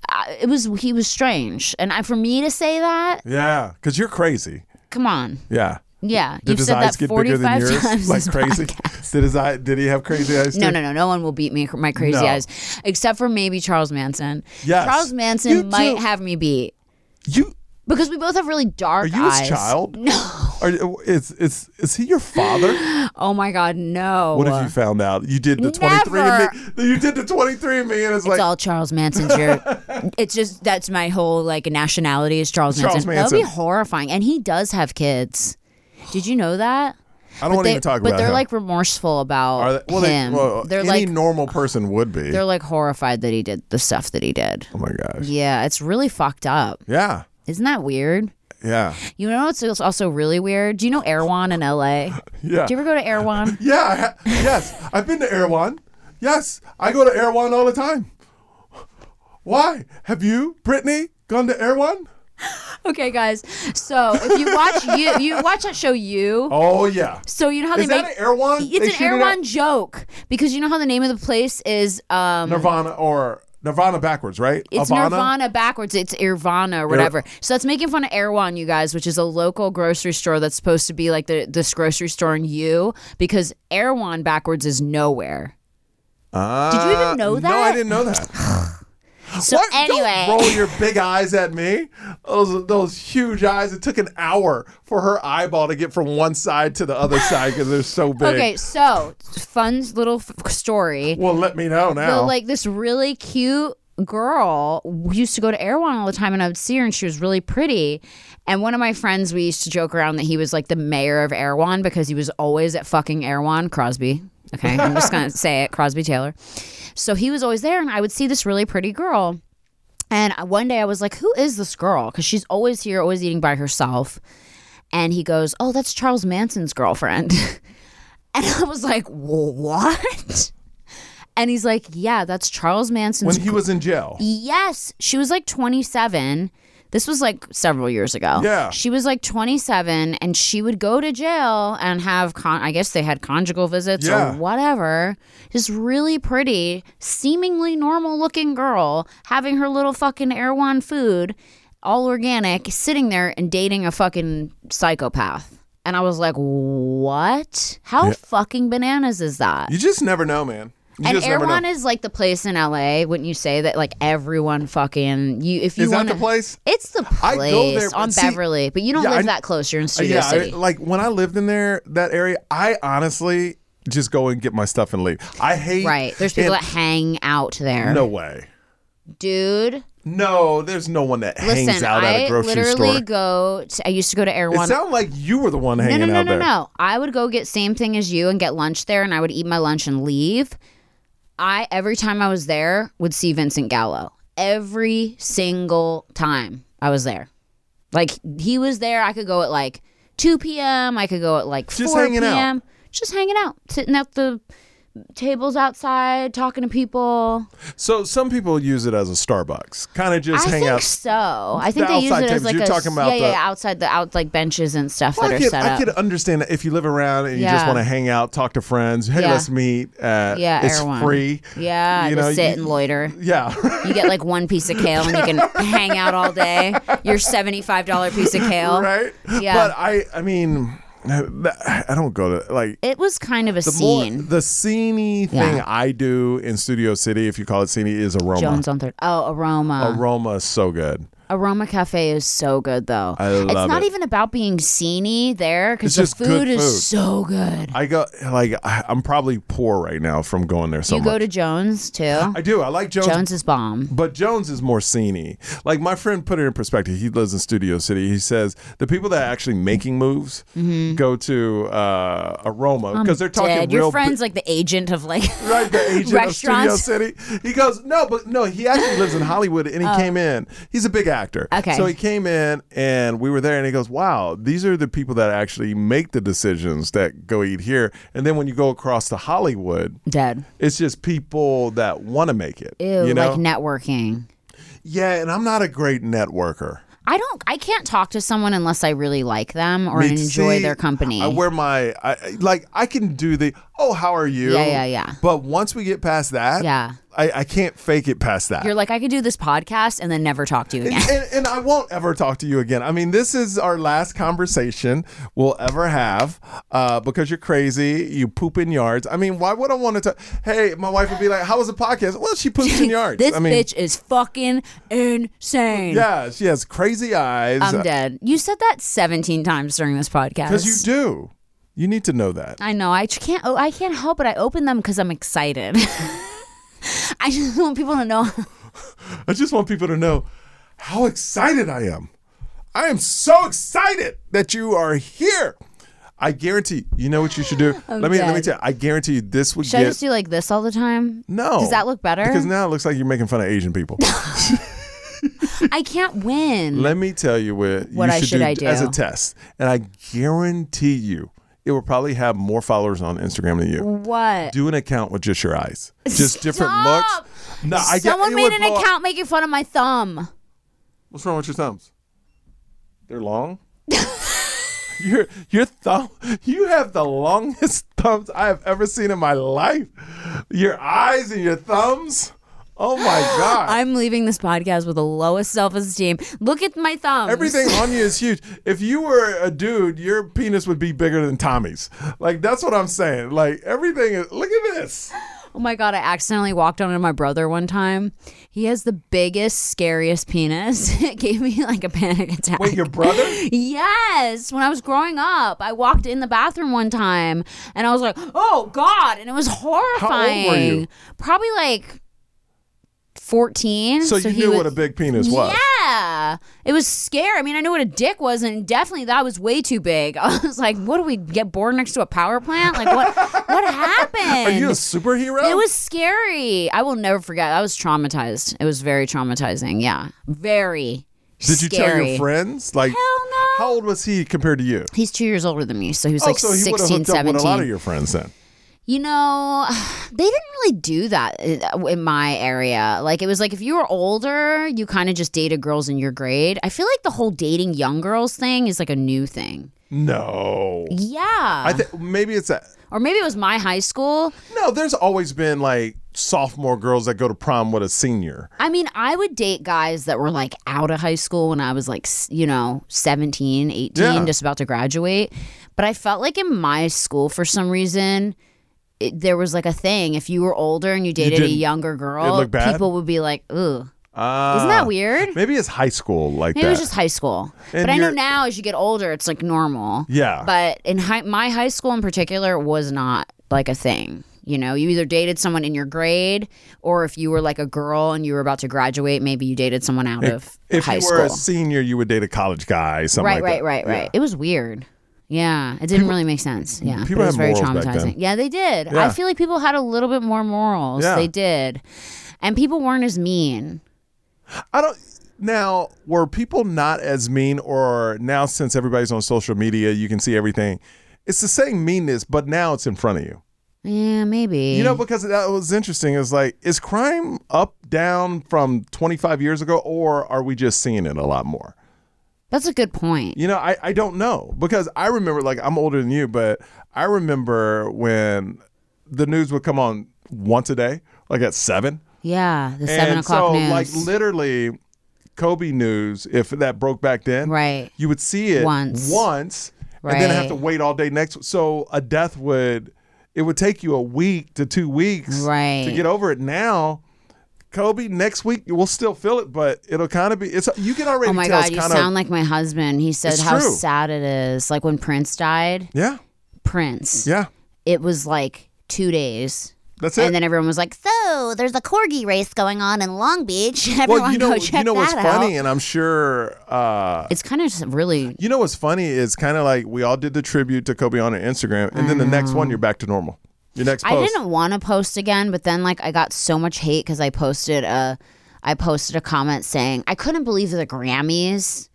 Speaker 3: uh, it was he was strange, and I, for me to say that,
Speaker 2: Yeah, because you're crazy.
Speaker 3: come on,
Speaker 2: Yeah.
Speaker 3: yeah,
Speaker 2: Did
Speaker 3: you've
Speaker 2: his
Speaker 3: said
Speaker 2: eyes
Speaker 3: that
Speaker 2: get
Speaker 3: forty
Speaker 2: bigger than
Speaker 3: five
Speaker 2: yours?
Speaker 3: times.
Speaker 2: like
Speaker 3: this
Speaker 2: crazy?
Speaker 3: podcast.
Speaker 2: Did his eye? Did he have crazy eyes?
Speaker 3: No,
Speaker 2: too?
Speaker 3: no, no. No one will beat me my crazy
Speaker 2: No.
Speaker 3: eyes, except for maybe Charles Manson.
Speaker 2: Yes.
Speaker 3: Charles Manson
Speaker 2: You
Speaker 3: might
Speaker 2: too.
Speaker 3: have me beat.
Speaker 2: You
Speaker 3: because we both have really dark
Speaker 2: Are you his
Speaker 3: eyes.
Speaker 2: child?
Speaker 3: No.
Speaker 2: Are, is is is he your father?
Speaker 3: Oh my God, no.
Speaker 2: What if you found out you did the twenty three and me? You did the twenty three and me, and it's,
Speaker 3: It's
Speaker 2: like
Speaker 3: all Charles Manson's. Your, it's just that's my whole like nationality is Charles,
Speaker 2: Charles
Speaker 3: Manson. That would be
Speaker 2: Manson.
Speaker 3: horrifying. And he does have kids. Did you know that?
Speaker 2: I don't want to
Speaker 3: They-
Speaker 2: even talk
Speaker 3: but
Speaker 2: about.
Speaker 3: they're
Speaker 2: him.
Speaker 3: like remorseful about
Speaker 2: Are they, well,
Speaker 3: him.
Speaker 2: They, well,
Speaker 3: are
Speaker 2: any
Speaker 3: like
Speaker 2: normal person would be.
Speaker 3: they're like horrified that he did the stuff that he did.
Speaker 2: Oh my gosh.
Speaker 3: Yeah, it's really fucked up.
Speaker 2: Yeah.
Speaker 3: Isn't that weird?
Speaker 2: Yeah.
Speaker 3: You know what's also really weird? Do you know Erewhon in LA?
Speaker 2: Yeah.
Speaker 3: Do you ever go to Erewhon?
Speaker 2: Yeah. I ha- yes. I've been to Erewhon. Yes. I go to Erewhon all the time. Why? Have you, Brittany, gone to Erewhon?
Speaker 3: okay, guys. So if you watch you you watch that show you
Speaker 2: Oh, yeah.
Speaker 3: So you know how
Speaker 2: Is
Speaker 3: they
Speaker 2: that
Speaker 3: make
Speaker 2: an Erewhon? They
Speaker 3: It's
Speaker 2: shoot it
Speaker 3: an Erewhon
Speaker 2: out?
Speaker 3: joke because you know how the name of the place is. Um,
Speaker 2: Nirvana or Nirvana backwards, right?
Speaker 3: it's
Speaker 2: Ivana?
Speaker 3: Nirvana backwards. It's Irvana or whatever. so that's making fun of Erewhon, you guys, which is a local grocery store that's supposed to be like the this grocery store in you because Erewhon backwards is nowhere.
Speaker 2: Uh,
Speaker 3: Did you even know
Speaker 2: No,
Speaker 3: that?
Speaker 2: I didn't know that.
Speaker 3: So
Speaker 2: What?
Speaker 3: anyway,
Speaker 2: Don't roll your big eyes at me. Those those huge eyes. It took an hour for her eyeball to get from one side to the other side because they're so big.
Speaker 3: okay. So fun little f- story.
Speaker 2: Well, let me know now.
Speaker 3: So like this really cute girl used to go to Erewhon all the time, and I would see her, and she was really pretty. And one of my friends, we used to joke around that he was like the mayor of Erewhon because he was always at fucking Erewhon, Crosby. Okay, I'm just gonna say it, Crosby Taylor. So he was always there, and I would see this really pretty girl. And I- one day I was like, "Who is this girl?" Because she's always here, always eating by herself. And he goes, "Oh, that's Charles Manson's girlfriend." and I was like, "Wha- "What?" And he's like, "Yeah, that's Charles Manson's."
Speaker 2: when he was in jail.
Speaker 3: yes, she was like 27. This was like several years ago.
Speaker 2: Yeah.
Speaker 3: she was like 27, and she would go to jail and have con. I guess they had conjugal visits
Speaker 2: Yeah.
Speaker 3: or whatever. This really pretty, seemingly normal-looking girl having her little fucking Erewhon food, all organic, sitting there and dating a fucking psychopath. And I was like, "What? How fucking bananas is that?"
Speaker 2: You just never know, man. You
Speaker 3: and
Speaker 2: just never
Speaker 3: Erewhon
Speaker 2: know.
Speaker 3: is like the place in LA, wouldn't you say that like everyone fucking you if you
Speaker 2: Is that
Speaker 3: want
Speaker 2: the place?
Speaker 3: It's the place
Speaker 2: I go there, but
Speaker 3: on
Speaker 2: see-
Speaker 3: Beverly, but you don't
Speaker 2: Yeah,
Speaker 3: live
Speaker 2: I- uh,
Speaker 3: that close. You're in Studio
Speaker 2: yeah, I-
Speaker 3: City.
Speaker 2: like when I lived in there, that area, I honestly just go and get my stuff and leave. I hate
Speaker 3: right. There's people
Speaker 2: and-
Speaker 3: that hang out there.
Speaker 2: no way.
Speaker 3: Dude,
Speaker 2: No, there's no one that hangs
Speaker 3: listen,
Speaker 2: out at a
Speaker 3: I
Speaker 2: grocery
Speaker 3: literally
Speaker 2: store.
Speaker 3: go to, I used to go to
Speaker 2: It
Speaker 3: Erewhon.
Speaker 2: sounded like you were the one
Speaker 3: No,
Speaker 2: hanging
Speaker 3: no, no,
Speaker 2: out
Speaker 3: no,
Speaker 2: there.
Speaker 3: no. I would go get same thing as you and get lunch there and I would eat my lunch and leave. I every time I was there would see Vincent Gallo. Every single time I was there. Like he was there, I could go at like 2 p.m. I could go at like
Speaker 2: Just
Speaker 3: 4
Speaker 2: hanging out.
Speaker 3: p.m. Just hanging out, sitting at the tables outside, talking to people.
Speaker 2: So some people use it as a Starbucks, kind of just
Speaker 3: I
Speaker 2: hang
Speaker 3: think
Speaker 2: out.
Speaker 3: so. I think they use
Speaker 2: outside
Speaker 3: it as
Speaker 2: tables.
Speaker 3: like
Speaker 2: You're
Speaker 3: a
Speaker 2: talking about
Speaker 3: yeah, yeah,
Speaker 2: the-
Speaker 3: yeah, outside the out like benches and stuff
Speaker 2: Well,
Speaker 3: that
Speaker 2: I
Speaker 3: are
Speaker 2: could,
Speaker 3: set
Speaker 2: I
Speaker 3: up.
Speaker 2: could understand that if you live around and you just
Speaker 3: Yeah.
Speaker 2: want to hang out, talk to friends. Hey,
Speaker 3: Yeah.
Speaker 2: let's meet. Uh,
Speaker 3: yeah,
Speaker 2: it's
Speaker 3: Erewhon.
Speaker 2: free.
Speaker 3: Yeah,
Speaker 2: you
Speaker 3: just
Speaker 2: know,
Speaker 3: sit
Speaker 2: you-
Speaker 3: and loiter.
Speaker 2: Yeah,
Speaker 3: You get like one piece of kale and you can hang out all day. Your seventy-five dollar piece of kale.
Speaker 2: right.
Speaker 3: Yeah.
Speaker 2: But I, I mean, I don't go to like
Speaker 3: It was kind of a
Speaker 2: more-
Speaker 3: scene.
Speaker 2: the sceney
Speaker 3: Yeah.
Speaker 2: thing I do in Studio City, if you call it sceney, is aroma.
Speaker 3: Jones on third. Oh, aroma.
Speaker 2: Aroma is so good.
Speaker 3: aroma Cafe is so good though.
Speaker 2: I love
Speaker 3: it's not
Speaker 2: it.
Speaker 3: even about being sceney there
Speaker 2: It's
Speaker 3: because the
Speaker 2: just
Speaker 3: food,
Speaker 2: good food.
Speaker 3: is so good.
Speaker 2: I go like I, I'm probably poor right now from going there so
Speaker 3: you
Speaker 2: much.
Speaker 3: go to Jones too.
Speaker 2: I do. I like Jones
Speaker 3: Jones is bomb.
Speaker 2: But Jones is more sceney. Like my friend put it in perspective. He lives in Studio City. He says the people that are actually making moves go to uh, Aroma because they're talking
Speaker 3: Mm-hmm. Dead.
Speaker 2: real.
Speaker 3: Your friend's like the agent of like
Speaker 2: Right, the agent of Studio
Speaker 3: Restaurants.
Speaker 2: City. He goes, no, but no, he actually lives in Hollywood, and he came in. He's a big actor.
Speaker 3: Oh. Okay.
Speaker 2: So he came in, and we were there, and he goes, wow, these are the people that actually make the decisions that go eat here. And then when you go across to Hollywood,
Speaker 3: dead.
Speaker 2: it's just people that want to make it.
Speaker 3: Ew,
Speaker 2: you know?
Speaker 3: like networking.
Speaker 2: yeah, and I'm not a great networker.
Speaker 3: I don't. I can't talk to someone unless I really like them or
Speaker 2: Me-
Speaker 3: enjoy
Speaker 2: see,
Speaker 3: their company.
Speaker 2: I wear my I I- like I can do the oh, how are you?
Speaker 3: Yeah, yeah, yeah.
Speaker 2: But once we get past that,
Speaker 3: Yeah.
Speaker 2: I, I can't fake it past that.
Speaker 3: You're like, I could do this podcast and then never talk to you again.
Speaker 2: and, and I won't ever talk to you again. I mean, this is our last conversation we'll ever have uh, because you're crazy. You poop in yards. I mean, why would I want to? Hey, my wife would be like, "How was the podcast?" Well, she poops in yards.
Speaker 3: this
Speaker 2: I mean,
Speaker 3: bitch is fucking insane.
Speaker 2: yeah, she has crazy eyes.
Speaker 3: I'm dead. You said that 17 times during this podcast.
Speaker 2: Because you do. You need to know that.
Speaker 3: I know. I ch- can't. Oh, I can't help it. I open them because I'm excited. I just want people to know.
Speaker 2: I just want people to know how excited I am. I am so excited that you are here. I guarantee. You know what you should do. let me let me
Speaker 3: dead.
Speaker 2: tell you. I guarantee you this would
Speaker 3: Oh, Should I
Speaker 2: get
Speaker 3: just do like this all the time?
Speaker 2: no.
Speaker 3: Does that look better?
Speaker 2: Because now it looks like you're making fun of Asian people.
Speaker 3: I can't win.
Speaker 2: let me tell you what.
Speaker 3: What
Speaker 2: you
Speaker 3: I-
Speaker 2: should,
Speaker 3: should
Speaker 2: do
Speaker 3: I
Speaker 2: as a
Speaker 3: do?
Speaker 2: test, and I guarantee you, it will probably have more followers on Instagram than you.
Speaker 3: what?
Speaker 2: Do an account with just your eyes, just different
Speaker 3: Stop!
Speaker 2: looks. No, I get-
Speaker 3: Someone
Speaker 2: it Uh,
Speaker 3: made
Speaker 2: would
Speaker 3: an
Speaker 2: blow up.
Speaker 3: account making fun of my thumb.
Speaker 2: What's wrong with your thumbs? They're long. your your thumb. You have the longest thumbs I have ever seen in my life. Your eyes and your thumbs. Oh my god.
Speaker 3: I'm leaving this podcast with the lowest self esteem. Look at my thumb.
Speaker 2: Everything on you is huge. If you were a dude, your penis would be bigger than Tommy's. Like that's what I'm saying. Like everything is. Look at this.
Speaker 3: Oh my god, I accidentally walked on to my brother one time. He has the biggest, scariest penis. It gave me like a panic attack.
Speaker 2: Wait, your brother?
Speaker 3: Yes, when I was growing up, I walked in the bathroom one time and I was like, "Oh god," and it was horrifying. Probably like 14.
Speaker 2: So, you
Speaker 3: he
Speaker 2: knew
Speaker 3: was-
Speaker 2: what a big penis was.
Speaker 3: yeah, it was scary. I mean, I knew what a dick was, and definitely that was way too big. I was like, "What do we get bored next to a power plant? Like, what? what happened?"
Speaker 2: Are you a superhero?
Speaker 3: It was scary. I will never forget. I was traumatized. It was very traumatizing. Yeah, very.
Speaker 2: Did you tell
Speaker 3: scary.
Speaker 2: your friends? Like,
Speaker 3: Hell no.
Speaker 2: how old was he compared to you?
Speaker 3: He's two years older than me, so he was like
Speaker 2: oh, so he would have
Speaker 3: 16,
Speaker 2: hooked up
Speaker 3: 17.
Speaker 2: with a lot of your friends then.
Speaker 3: you know, they didn't really do that in in my area. Like, it was like if you were older, you kind of just dated girls in your grade. I feel like the whole dating young girls thing is like a new thing.
Speaker 2: No.
Speaker 3: Yeah.
Speaker 2: I think maybe it's a
Speaker 3: or maybe it was my high school.
Speaker 2: no. There's always been like sophomore girls that go to prom with a senior.
Speaker 3: I mean, I would date guys that were like out of high school when I was like, s- you know, 17, 18,
Speaker 2: Yeah.
Speaker 3: just about to graduate. But I felt like in my school, for some reason, it, there was like a thing. If you were older and you dated a
Speaker 2: didn't-
Speaker 3: younger girl,
Speaker 2: looked bad?
Speaker 3: people would be like, ooh,
Speaker 2: Uh,
Speaker 3: isn't that weird?
Speaker 2: Maybe it's high school like
Speaker 3: Maybe
Speaker 2: that.
Speaker 3: it was just high school.
Speaker 2: And
Speaker 3: but I know
Speaker 2: you're-
Speaker 3: now as you get older, it's like normal.
Speaker 2: Yeah.
Speaker 3: But in high, my high school in particular was not like a thing. You know, you either dated someone in your grade, or if you were like a girl and you were about to graduate, maybe you dated someone out of
Speaker 2: if
Speaker 3: high
Speaker 2: you
Speaker 3: school.
Speaker 2: were a senior, you would date a college guy. Something
Speaker 3: right, right,
Speaker 2: like that.
Speaker 3: right, right, It was weird. Yeah, it didn't really make sense. Yeah,
Speaker 2: people
Speaker 3: but it was
Speaker 2: had
Speaker 3: very
Speaker 2: morals
Speaker 3: traumatizing.
Speaker 2: back then.
Speaker 3: Yeah, they did.
Speaker 2: Yeah.
Speaker 3: I feel like people had a little bit more morals.
Speaker 2: Yeah.
Speaker 3: They did, and people weren't as mean.
Speaker 2: I don't. Now, were people not as mean, or now since everybody's on social media, you can see everything. It's the same meanness, but now it's in front of you.
Speaker 3: Yeah, maybe.
Speaker 2: You know, because that was interesting. Is like, is crime up, down from 25 years ago, or are we just seeing it a lot more?
Speaker 3: that's a good point.
Speaker 2: You know, I, I don't know because I remember, like, I'm older than you, but I remember when the news would come on once a day, like at seven.
Speaker 3: Yeah, the seven
Speaker 2: and
Speaker 3: o'clock
Speaker 2: so,
Speaker 3: news.
Speaker 2: like, literally, Kobe news, if that broke back then,
Speaker 3: right.
Speaker 2: you would see it
Speaker 3: Once.
Speaker 2: once, and then have
Speaker 3: Right.
Speaker 2: to wait all day next. So a death would it would take you a week to two weeks
Speaker 3: Right.
Speaker 2: to get over it. Now, Kobe, next week we'll still feel it, but it'll kind of be it's you can already
Speaker 3: Oh my
Speaker 2: tell
Speaker 3: god,
Speaker 2: it's
Speaker 3: you
Speaker 2: kind
Speaker 3: sound
Speaker 2: of
Speaker 3: like my husband. He said
Speaker 2: It's
Speaker 3: how
Speaker 2: true.
Speaker 3: sad it is. Like when Prince died,
Speaker 2: yeah
Speaker 3: Prince,
Speaker 2: yeah
Speaker 3: it was like two days.
Speaker 2: that's it.
Speaker 3: And then everyone was like,
Speaker 1: So there's a corgi race going on in Long Beach.
Speaker 2: well,
Speaker 1: Everyone
Speaker 2: you know
Speaker 1: go check
Speaker 2: you know what's
Speaker 1: that
Speaker 2: funny,
Speaker 1: out.
Speaker 2: and I'm sure. uh
Speaker 3: it's kind of just really.
Speaker 2: you know what's funny is kind of like we all did the tribute to Kobe on our Instagram, and then the next one you're back to normal. Your next
Speaker 3: I
Speaker 2: post,
Speaker 3: didn't want to post again, but then like I got so much hate because I posted a, I posted a comment saying I couldn't believe that the Grammys,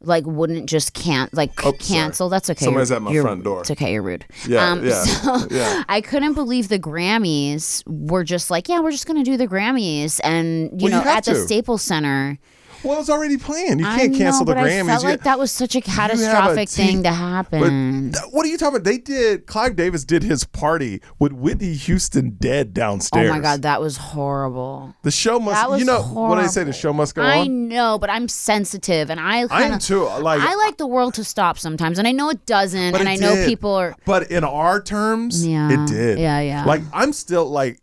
Speaker 3: like wouldn't just can't like c-
Speaker 2: Oops, Oh, sorry.
Speaker 3: cancel. That's okay.
Speaker 2: Somebody's
Speaker 3: You're-
Speaker 2: at my
Speaker 3: you're-
Speaker 2: front door.
Speaker 3: It's okay. You're rude. Um,
Speaker 2: yeah, yeah,
Speaker 3: so-
Speaker 2: yeah.
Speaker 3: I couldn't believe the Grammys were just like, yeah, we're just going to do the Grammys. And, you
Speaker 2: Well, you
Speaker 3: know,
Speaker 2: have
Speaker 3: at
Speaker 2: to.
Speaker 3: the Staples Center.
Speaker 2: Well, it's already planned. You
Speaker 3: I
Speaker 2: can't cancel
Speaker 3: know,
Speaker 2: the
Speaker 3: but
Speaker 2: Grammys.
Speaker 3: I felt
Speaker 2: You-
Speaker 3: like that was such a
Speaker 2: have a
Speaker 3: catastrophic
Speaker 2: team-
Speaker 3: thing to
Speaker 2: But
Speaker 3: happen.
Speaker 2: th- what are you talking about? They did. Clive Davis did his party with Whitney Houston dead downstairs.
Speaker 3: oh my god, that was horrible.
Speaker 2: The show must.
Speaker 3: That was
Speaker 2: you know what I say?
Speaker 3: horrible.
Speaker 2: The show must go
Speaker 3: I
Speaker 2: on.
Speaker 3: know, but I'm sensitive, and I
Speaker 2: I
Speaker 3: kind
Speaker 2: am too. Like
Speaker 3: I like the world to stop sometimes, and I know it doesn't,
Speaker 2: But
Speaker 3: and
Speaker 2: it
Speaker 3: I know
Speaker 2: did.
Speaker 3: people are.
Speaker 2: But in our terms,
Speaker 3: Yeah.
Speaker 2: it did.
Speaker 3: Yeah, yeah.
Speaker 2: Like I'm still like,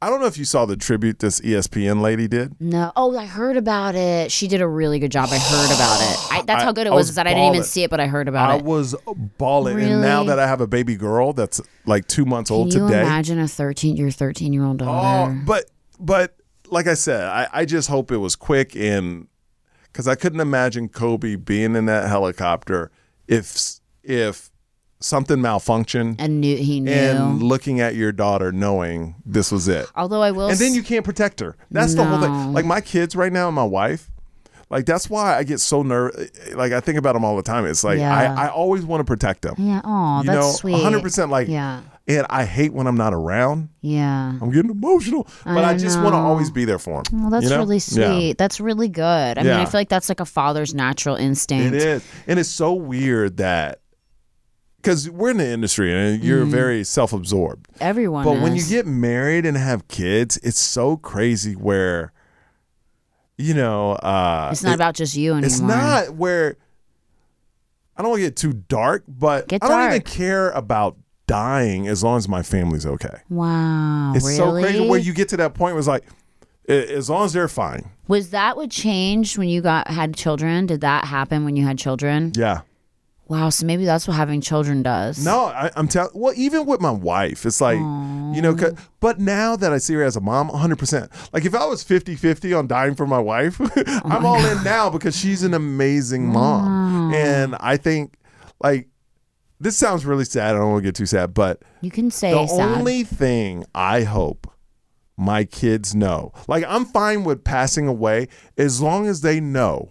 Speaker 2: I don't know if you saw the tribute this E ESPN lady did.
Speaker 3: No. Oh, I heard about it. She did a really good job. I heard about it. I, that's
Speaker 2: I-
Speaker 3: how good it
Speaker 2: I
Speaker 3: was,
Speaker 2: was
Speaker 3: is that I didn't even
Speaker 2: bawling.
Speaker 3: see it, but I heard
Speaker 2: I
Speaker 3: about it.
Speaker 2: was balling, and now
Speaker 3: Really?
Speaker 2: that I have a baby girl that's like two months
Speaker 3: Can
Speaker 2: old
Speaker 3: you
Speaker 2: today.
Speaker 3: imagine a thirteen your thirteen year old
Speaker 2: Oh,
Speaker 3: daughter?
Speaker 2: but but like I said, I, I just hope it was quick and because I couldn't imagine Kobe being in that helicopter if s- if something malfunctioned
Speaker 3: and knew he knew.
Speaker 2: and looking at your daughter knowing this was it.
Speaker 3: Although I will
Speaker 2: and then
Speaker 3: s-
Speaker 2: you can't protect her. That's the whole
Speaker 3: No.
Speaker 2: thing. Like my kids right now and my wife, like that's why I get so nervous. Like I think about them all the time. It's like
Speaker 3: Yeah.
Speaker 2: I, I always want to protect them.
Speaker 3: Yeah, oh,
Speaker 2: you
Speaker 3: that's
Speaker 2: know,
Speaker 3: sweet.
Speaker 2: 100% like,
Speaker 3: Yeah.
Speaker 2: and I hate when I'm not around.
Speaker 3: Yeah.
Speaker 2: I'm getting emotional, but I,
Speaker 3: I
Speaker 2: just want to
Speaker 3: know.
Speaker 2: always be there for them.
Speaker 3: Well, that's
Speaker 2: you know?
Speaker 3: really sweet.
Speaker 2: Yeah.
Speaker 3: That's really good. I mean,
Speaker 2: Yeah.
Speaker 3: I feel like that's like a father's natural instinct.
Speaker 2: It is, and it's so weird that because we're in the industry and you're
Speaker 3: Mm-hmm.
Speaker 2: very self-absorbed.
Speaker 3: Everyone.
Speaker 2: But when you
Speaker 3: is.
Speaker 2: get married and have kids, it's so crazy where you know uh
Speaker 3: it's not
Speaker 2: it-
Speaker 3: about just you anymore.
Speaker 2: it's not where I don't want to get too dark, but
Speaker 3: Get
Speaker 2: I don't even
Speaker 3: dark.
Speaker 2: care about dying as long as my family's okay.
Speaker 3: Wow.
Speaker 2: It's
Speaker 3: really?
Speaker 2: so crazy where you get to that point where it's like a- as long as they're fine.
Speaker 3: Was that what changed when you got had children? Did that happen when you had children?
Speaker 2: Yeah.
Speaker 3: Wow, so maybe that's what having children does.
Speaker 2: No, I, I'm telling. Well, even with my wife, it's like, you know, 'cause- but now that I see her as a mom, 100%. Like, if I was 50 50 on dying for my wife, I'm all in now because she's an amazing mom. And I think, like, this sounds really sad. I don't want to get too sad, but
Speaker 3: You can say
Speaker 2: the
Speaker 3: sad.
Speaker 2: only thing I hope my kids know, like, I'm fine with passing away as long as they know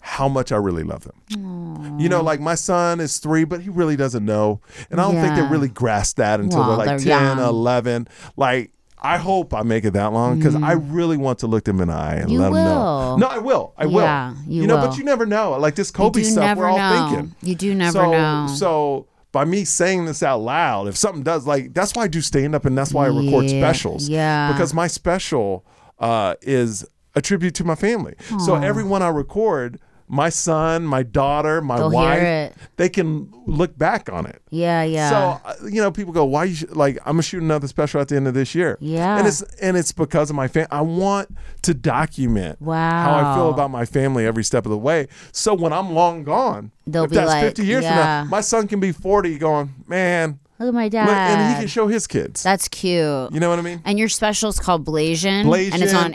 Speaker 2: how much I really love them. You know, like my son is three, but he really doesn't know. And I don't think
Speaker 3: Yeah.
Speaker 2: they really grasp that until
Speaker 3: Well,
Speaker 2: they're like
Speaker 3: they're
Speaker 2: 10,
Speaker 3: young.
Speaker 2: 11. Like, I hope I make it that long because I really want to look them in the eye and
Speaker 3: Mm. You
Speaker 2: let them know.
Speaker 3: will.
Speaker 2: No, I will. I will.
Speaker 3: Yeah, you
Speaker 2: know,
Speaker 3: will.
Speaker 2: but you never know. Like this
Speaker 3: you
Speaker 2: Kobe
Speaker 3: do
Speaker 2: stuff,
Speaker 3: never
Speaker 2: we're all
Speaker 3: know.
Speaker 2: thinking.
Speaker 3: You do never
Speaker 2: so,
Speaker 3: know.
Speaker 2: So by me saying this out loud, if something does, like that's why I do stand up and that's why I record
Speaker 3: Yeah,
Speaker 2: specials.
Speaker 3: yeah.
Speaker 2: Because my special uh, is a tribute to my family. So everyone I record, my son, my daughter, my
Speaker 3: They'll hear
Speaker 2: wife,
Speaker 3: it.
Speaker 2: they can look back on it.
Speaker 3: yeah, yeah.
Speaker 2: So uh, you know, people go, "Why you sh-? like I'm gonna shoot another special at the end of this year?"
Speaker 3: Yeah.
Speaker 2: and it's and it's because of my family. I want to document how I feel
Speaker 3: Wow.
Speaker 2: about my family every step of the way. So when I'm long gone,
Speaker 3: They'll
Speaker 2: if
Speaker 3: be
Speaker 2: that's
Speaker 3: like,
Speaker 2: 50 years from
Speaker 3: yeah.
Speaker 2: now, my son can be 40, going, "Man,"
Speaker 3: Look at my
Speaker 2: look,"
Speaker 3: dad.
Speaker 2: and he can show his kids.
Speaker 3: That's cute.
Speaker 2: you know what I mean?
Speaker 3: And your special's called Blasian,
Speaker 2: Blazing.
Speaker 3: and it's on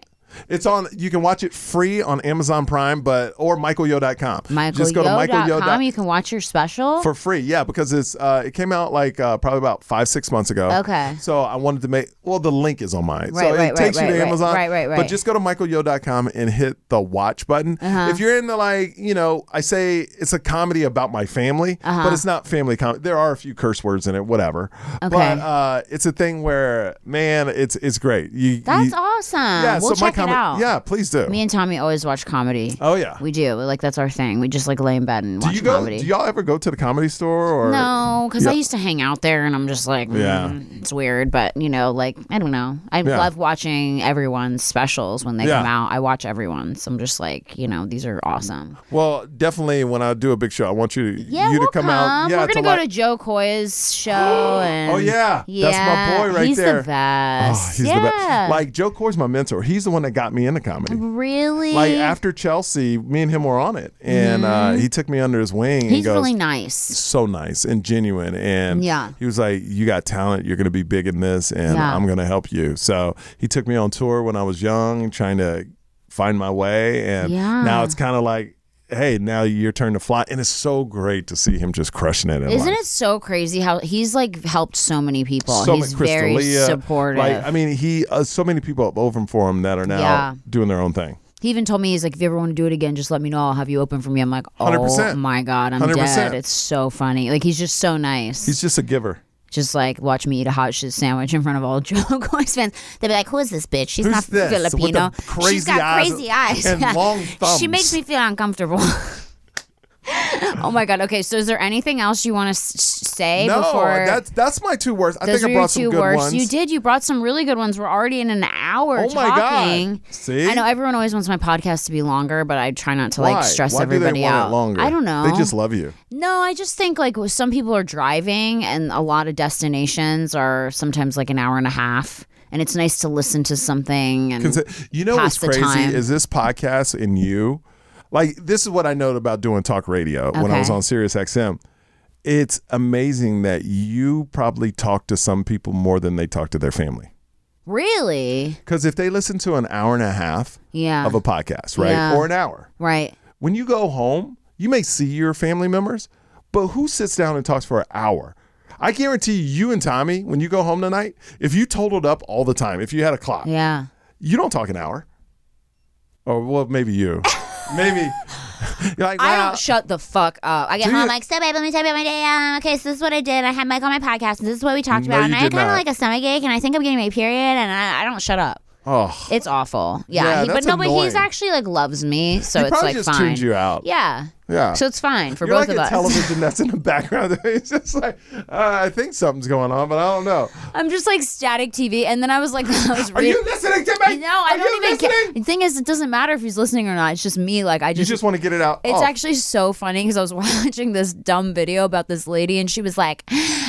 Speaker 2: It's on. You can watch it free on Amazon Prime, but or MichaelYo.com. Just go to
Speaker 3: michaelyo.com.
Speaker 2: MichaelYo.com
Speaker 3: You can watch your special.
Speaker 2: for free. Yeah, because it's uh, it came out like uh, probably about five six months ago.
Speaker 3: Okay.
Speaker 2: So I wanted to make well the link is on mine,
Speaker 3: Right,
Speaker 2: so
Speaker 3: right,
Speaker 2: it takes
Speaker 3: right,
Speaker 2: you
Speaker 3: right,
Speaker 2: to
Speaker 3: right,
Speaker 2: Amazon.
Speaker 3: right, right, Uh-huh.
Speaker 2: But
Speaker 3: right.
Speaker 2: just go to michaelyo.com and hit the watch button. If you're in the like you know I say it's a comedy about my family,
Speaker 3: Uh-huh.
Speaker 2: but it's not family comedy. There are a few curse words in it, whatever. But
Speaker 3: Okay.
Speaker 2: uh, it's a thing where man, it's it's great. You
Speaker 3: That's
Speaker 2: you,
Speaker 3: awesome.
Speaker 2: Yeah,
Speaker 3: we'll
Speaker 2: so my
Speaker 3: check
Speaker 2: comedy-
Speaker 3: it out.
Speaker 2: Yeah, please do.
Speaker 3: Me and Tommy always watch comedy.
Speaker 2: oh yeah.
Speaker 3: We do. Like that's our thing. We just like lay in bed and
Speaker 2: do
Speaker 3: watch
Speaker 2: you go?
Speaker 3: comedy.
Speaker 2: Do y'all ever go to the comedy store or
Speaker 3: no, because I
Speaker 2: Yeah.
Speaker 3: used to hang out there, and I'm just like,
Speaker 2: Yeah.
Speaker 3: mm, it's weird, but you know, like I don't know. I
Speaker 2: Yeah.
Speaker 3: love watching everyone's specials when they
Speaker 2: Yeah.
Speaker 3: come out. I watch everyone, so I'm just like, you know, these are awesome.
Speaker 2: Well, definitely when I do a big show, I want you to
Speaker 3: Yeah,
Speaker 2: you
Speaker 3: we'll
Speaker 2: to come,
Speaker 3: come.
Speaker 2: out. Yeah,
Speaker 3: We're gonna go
Speaker 2: like-
Speaker 3: to Joe Coy's show. and
Speaker 2: Oh yeah, that's my
Speaker 3: Yeah,
Speaker 2: boy right
Speaker 3: he's
Speaker 2: there.
Speaker 3: the best.
Speaker 2: Oh, he's
Speaker 3: yeah.
Speaker 2: the best. Like Joe Coy's my mentor. He's the one that got me into comedy.
Speaker 3: really,
Speaker 2: Like after Chelsea, me and him were on it, and uh, he took me under his wing. and
Speaker 3: Mm-hmm. he's
Speaker 2: goes,
Speaker 3: really nice.
Speaker 2: so nice and genuine and
Speaker 3: Yeah.
Speaker 2: he was like you got talent you're going to be big in this and
Speaker 3: Yeah.
Speaker 2: i'm going to help you so he took me on tour when i was young trying to find my way and
Speaker 3: Yeah.
Speaker 2: now it's kind of like hey now your turn to fly and it's so great to see him just crushing it in
Speaker 3: Isn't
Speaker 2: life.
Speaker 3: it so crazy how he's like helped so many people?
Speaker 2: so
Speaker 3: he's
Speaker 2: much Chris
Speaker 3: very
Speaker 2: D'Elia.
Speaker 3: supportive.
Speaker 2: Like, I mean, he uh, so many people up over for him that are now
Speaker 3: Yeah.
Speaker 2: doing their own thing.
Speaker 3: he even told me he's like, if you ever want to do it again, just let me know. I'll have you open for me. I'm like, oh
Speaker 2: 100%.
Speaker 3: my god, I'm
Speaker 2: 100%.
Speaker 3: dead. It's so funny. Like he's just so nice.
Speaker 2: He's just a giver.
Speaker 3: just like watch me eat a hot shit sandwich in front of all Joe Coy's fans. They'd be like, "Who is this bitch? She's
Speaker 2: Who's
Speaker 3: not
Speaker 2: this with the
Speaker 3: Filipino. She's
Speaker 2: crazy
Speaker 3: got
Speaker 2: eyes
Speaker 3: crazy eyes
Speaker 2: and long
Speaker 3: She
Speaker 2: thumbs."
Speaker 3: makes me feel uncomfortable." oh my god. Okay, so is there anything else you want to s- s- say
Speaker 2: No,
Speaker 3: before?
Speaker 2: that's that's my two worst. I
Speaker 3: Those
Speaker 2: think
Speaker 3: are
Speaker 2: I
Speaker 3: your
Speaker 2: brought some
Speaker 3: two
Speaker 2: good
Speaker 3: worst.
Speaker 2: ones.
Speaker 3: You did. You brought some really good ones. We're already in an hour
Speaker 2: Oh my God.
Speaker 3: talking.
Speaker 2: See?
Speaker 3: I know everyone always wants my podcast to be longer, but I try not to
Speaker 2: Why?
Speaker 3: like stress
Speaker 2: Why
Speaker 3: everybody
Speaker 2: do they want
Speaker 3: out.
Speaker 2: It longer?
Speaker 3: I don't know.
Speaker 2: They just love you.
Speaker 3: No, I just think like some people are driving, and a lot of destinations are sometimes like an hour and a half, and it's nice to listen to something. And
Speaker 2: Consi- You know
Speaker 3: pass
Speaker 2: what's
Speaker 3: the
Speaker 2: crazy
Speaker 3: time.
Speaker 2: is this podcast and you. Like this is what I know about doing talk radio when I was
Speaker 3: Okay.
Speaker 2: on Sirius XM. It's amazing that you probably talk to some people more than they talk to their family.
Speaker 3: really,
Speaker 2: Because if they listen to an hour and a half
Speaker 3: yeah,
Speaker 2: of a podcast, right,
Speaker 3: Yeah.
Speaker 2: or an hour,
Speaker 3: right.
Speaker 2: when you go home, you may see your family members, but who sits down and talks for an hour? I guarantee you, you and Tommy, when you go home tonight, if you totaled up all the time, if you had a clock,
Speaker 3: Yeah,
Speaker 2: you don't talk an hour. Or well, maybe you, maybe. You're like,
Speaker 3: I
Speaker 2: wow.
Speaker 3: don't shut the fuck up. I get
Speaker 2: Do
Speaker 1: I'm
Speaker 3: home.
Speaker 1: like, so babe, let me tell you about my day. Um, okay, so this is what I did. I had Mike on my podcast, and this is what we talked
Speaker 2: No,
Speaker 1: about.
Speaker 2: you
Speaker 1: And I
Speaker 2: did
Speaker 1: kind
Speaker 2: not.
Speaker 1: of
Speaker 3: like a stomach ache, and I think I'm getting my period, and I, I don't shut up.
Speaker 2: oh,
Speaker 3: It's awful. Yeah,
Speaker 2: Yeah,
Speaker 3: he, but
Speaker 2: that's
Speaker 3: no, but he's
Speaker 2: annoying.
Speaker 3: actually like loves me, so
Speaker 2: he
Speaker 3: it's
Speaker 2: probably
Speaker 3: like
Speaker 2: just
Speaker 3: fine.
Speaker 2: tuned you out.
Speaker 3: Yeah,
Speaker 2: Yeah.
Speaker 3: so it's fine for
Speaker 2: You're
Speaker 3: both
Speaker 2: like
Speaker 3: of
Speaker 2: a
Speaker 3: us.
Speaker 2: television that's in the background. It's just like uh, I think something's going on, but I don't know.
Speaker 3: I'm just like static TV, and then I was like, I was
Speaker 2: Are
Speaker 3: reading-
Speaker 2: you listening to me?
Speaker 3: No, I
Speaker 2: Are
Speaker 3: don't
Speaker 2: you
Speaker 3: even care.
Speaker 2: listening?
Speaker 3: The thing is, it doesn't matter if he's listening or not. It's just me. Like I
Speaker 2: You
Speaker 3: just,
Speaker 2: just want to get it out.
Speaker 3: it's
Speaker 2: Oh.
Speaker 3: actually so funny because I was watching this dumb video about this lady, and she was like,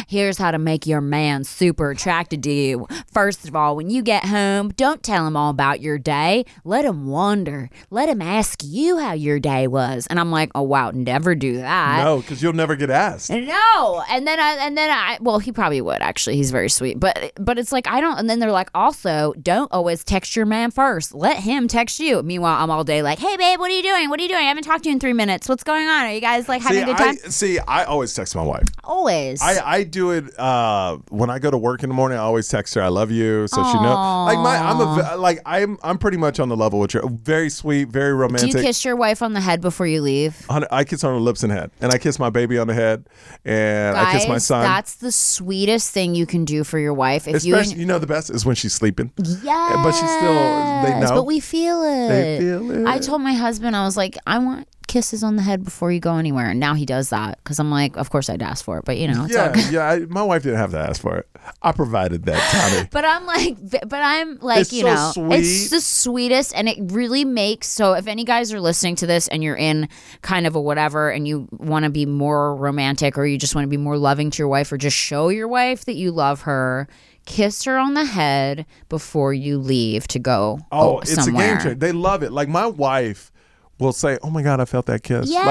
Speaker 3: "Here's how to make your man super attracted to you. First of all, when you get home, don't tell him all about your day. Let him wonder. Let him ask you how your day was." And I'm like, "Oh wow, never do that."
Speaker 2: no, because you'll never get asked.
Speaker 3: No, and then I and then I well he probably would actually he's very sweet but but it's like I don't and then they're like also don't always text your man first let him text you meanwhile I'm all day like hey babe what are you doing what are you doing I haven't talked to you in three minutes what's going on are you guys like having
Speaker 2: See,
Speaker 3: a good time
Speaker 2: I, see, I always text my wife.
Speaker 3: always
Speaker 2: I, I do it uh, when I go to work in the morning. I always text her, "I love you," so she knows. Like my, I'm a ve- like I'm I'm pretty much on the level with her. Very sweet, very
Speaker 3: do you
Speaker 2: romantic.
Speaker 3: kiss your wife on the head before you leave
Speaker 2: On- I kiss her on the lips and head, and I kiss my baby on the head, and I kiss my
Speaker 3: Guys,
Speaker 2: son.
Speaker 3: that's the sweetest thing you can do for your wife if you
Speaker 2: Especially, you, know, the best is when she's sleeping.
Speaker 3: Yeah.
Speaker 2: but she still- they know.
Speaker 3: But we feel it.
Speaker 2: They feel
Speaker 3: I
Speaker 2: it.
Speaker 3: told my husband, I was like, I want kisses on the head before you go anywhere. And now he does that because I'm like, of course I'd ask for it, but you know, it's all
Speaker 2: Yeah,
Speaker 3: good.
Speaker 2: yeah. I, my wife didn't have to ask for it. I provided that, Tommy.
Speaker 3: But I'm like, but I'm like,
Speaker 2: It's
Speaker 3: you
Speaker 2: so
Speaker 3: know, it's
Speaker 2: sweet.
Speaker 3: the sweetest, and it really makes. So if any guys are listening to this and you're in kind of a whatever, and you want to be more romantic, or you just want to be more loving to your wife, or just show your wife that you love her, kiss her on the head before you leave to go.
Speaker 2: Oh,
Speaker 3: o-
Speaker 2: it's
Speaker 3: somewhere.
Speaker 2: a game changer. They love it. Like my wife will say, "Oh my god, I felt that kiss." Like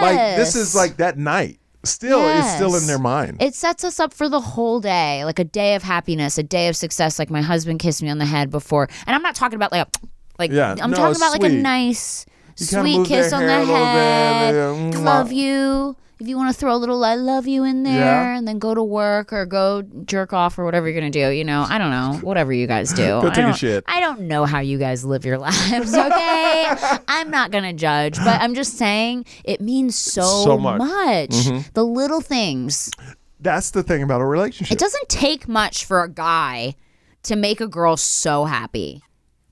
Speaker 2: like
Speaker 3: Yes.
Speaker 2: this is like that night. Still, it's still
Speaker 3: Yes.
Speaker 2: in their mind.
Speaker 3: It sets us up for the whole day, like a day of happiness, a day of success. Like my husband kissed me on the head before, and I'm not talking about like, a, like
Speaker 2: Yeah,
Speaker 3: I'm
Speaker 2: no,
Speaker 3: talking about like a
Speaker 2: sweet.
Speaker 3: nice,
Speaker 2: kinda
Speaker 3: sweet
Speaker 2: move their
Speaker 3: kiss on
Speaker 2: hair a
Speaker 3: the
Speaker 2: little bit,
Speaker 3: head.
Speaker 2: yeah, mwah.
Speaker 3: Love you. If you want to throw a little "I love you" in there,
Speaker 2: Yeah.
Speaker 3: and then go to work or go jerk off or whatever you're gonna do, you know, I don't know, whatever you guys do. I
Speaker 2: take a
Speaker 3: don't-
Speaker 2: shit.
Speaker 3: I don't know how you guys live your lives. Okay, I'm not gonna judge, but I'm just saying it means so,
Speaker 2: So much. Mm-hmm.
Speaker 3: The little things.
Speaker 2: That's the thing about a relationship.
Speaker 3: It doesn't take much for a guy to make a girl so happy.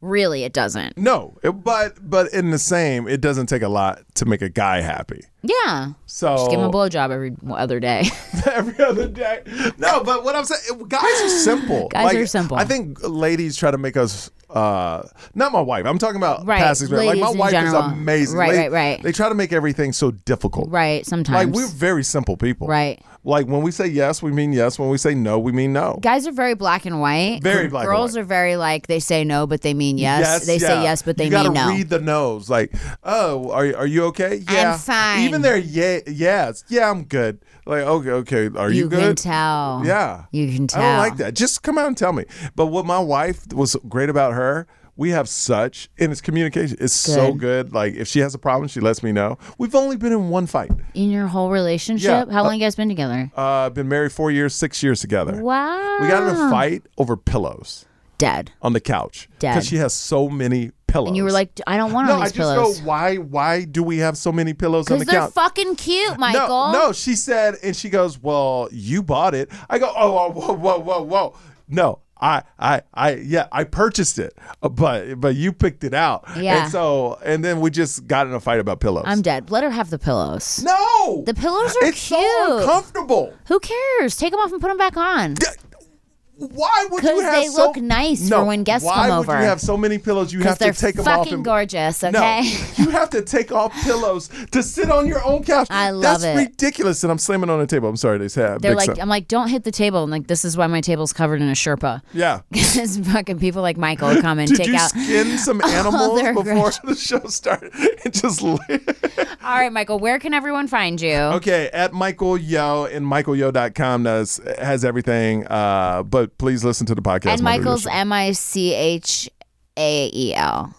Speaker 3: Really, it doesn't.
Speaker 2: no, it- but but in the same, it doesn't take a lot to make a guy happy.
Speaker 3: Yeah.
Speaker 2: So
Speaker 3: Just give him a blowjob every other day.
Speaker 2: every other day. No, but what I'm saying, guys are simple.
Speaker 3: Guys are simple.
Speaker 2: I think ladies try to make us. Uh, not my wife. I'm talking about
Speaker 3: Right,
Speaker 2: past experience. Like
Speaker 3: ladies
Speaker 2: my
Speaker 3: in
Speaker 2: wife
Speaker 3: general.
Speaker 2: is amazing.
Speaker 3: Right,
Speaker 2: They-
Speaker 3: right, right.
Speaker 2: They try to make everything so difficult.
Speaker 3: right.
Speaker 2: Like
Speaker 3: Sometimes.
Speaker 2: we're very simple people.
Speaker 3: Right.
Speaker 2: Like when we say yes, we mean yes. When we say no, we mean no.
Speaker 3: Guys are very black and white.
Speaker 2: Very black and
Speaker 3: Girls
Speaker 2: white.
Speaker 3: are very like they say no, but they mean yes. they say
Speaker 2: yeah.
Speaker 3: yes, but they
Speaker 2: you
Speaker 3: mean no.
Speaker 2: gotta Read the nose, like, oh, are are you okay? Yeah,
Speaker 3: fine.
Speaker 2: Even their yeah, yes, yeah, I'm good. Like, okay, okay, are you,
Speaker 3: you
Speaker 2: good?
Speaker 3: can tell.
Speaker 2: Yeah.
Speaker 3: You can tell.
Speaker 2: I don't like that. Just come out and tell me. But what my wife was great about her, we have such, and it's communication. It's so good. Like if she has a problem, she lets me know. We've only been in one fight.
Speaker 3: In your whole relationship,
Speaker 2: Yeah.
Speaker 3: how long you guys been together?
Speaker 2: Uh, been married four years, six years together.
Speaker 3: Wow.
Speaker 2: We got in a fight over pillows
Speaker 3: Dead.
Speaker 2: on the couch
Speaker 3: Dead.
Speaker 2: because she has so many pillows.
Speaker 3: And you were like, "D- I don't want
Speaker 2: no,
Speaker 3: all
Speaker 2: I
Speaker 3: these
Speaker 2: just
Speaker 3: pillows.
Speaker 2: go, why? Why do we have so many pillows on
Speaker 3: Because
Speaker 2: the
Speaker 3: they're
Speaker 2: couch?
Speaker 3: fucking cute, Michael.
Speaker 2: No, no, she said, and she goes, "Well, you bought it." I go, "Oh, oh, whoa, whoa, whoa, whoa!" No, I, I, I, yeah, I purchased it, uh, but but you picked it out,
Speaker 3: Yeah.
Speaker 2: And so, and then we just got in a fight about pillows.
Speaker 3: I'm dead. Let her have the pillows.
Speaker 2: no,
Speaker 3: The pillows are
Speaker 2: it's
Speaker 3: cute.
Speaker 2: so uncomfortable.
Speaker 3: Who cares? Take them off and put them back on.
Speaker 2: Why would you
Speaker 3: 'Cause
Speaker 2: have
Speaker 3: they
Speaker 2: so-
Speaker 3: look nice for
Speaker 2: No,
Speaker 3: when guests
Speaker 2: why
Speaker 3: come
Speaker 2: would
Speaker 3: over.
Speaker 2: you have so many pillows? You have
Speaker 3: Because
Speaker 2: to
Speaker 3: they're
Speaker 2: take them off.
Speaker 3: fucking
Speaker 2: And-
Speaker 3: gorgeous.
Speaker 2: No,
Speaker 3: Okay.
Speaker 2: you have to take off pillows to sit on your own couch.
Speaker 3: I love it.
Speaker 2: That's ridiculous. And I'm slamming on the table. I'm sorry, they said.
Speaker 3: They're
Speaker 2: big
Speaker 3: like, um,
Speaker 2: son.
Speaker 3: I'm like, don't hit the table. And like, this is why my table's covered in a Sherpa.
Speaker 2: yeah.
Speaker 3: Because fucking people like Michael come and
Speaker 2: Did
Speaker 3: take
Speaker 2: you
Speaker 3: out.
Speaker 2: skin some animals
Speaker 3: their
Speaker 2: before the show started? It just li-
Speaker 3: All right, Michael, where can everyone find you?
Speaker 2: okay at Michael Yo and MichaelYo.com does has everything. Uh, but please listen to the podcast.
Speaker 3: and
Speaker 2: my radio
Speaker 3: Michael's
Speaker 2: show.
Speaker 3: M I C H A E L.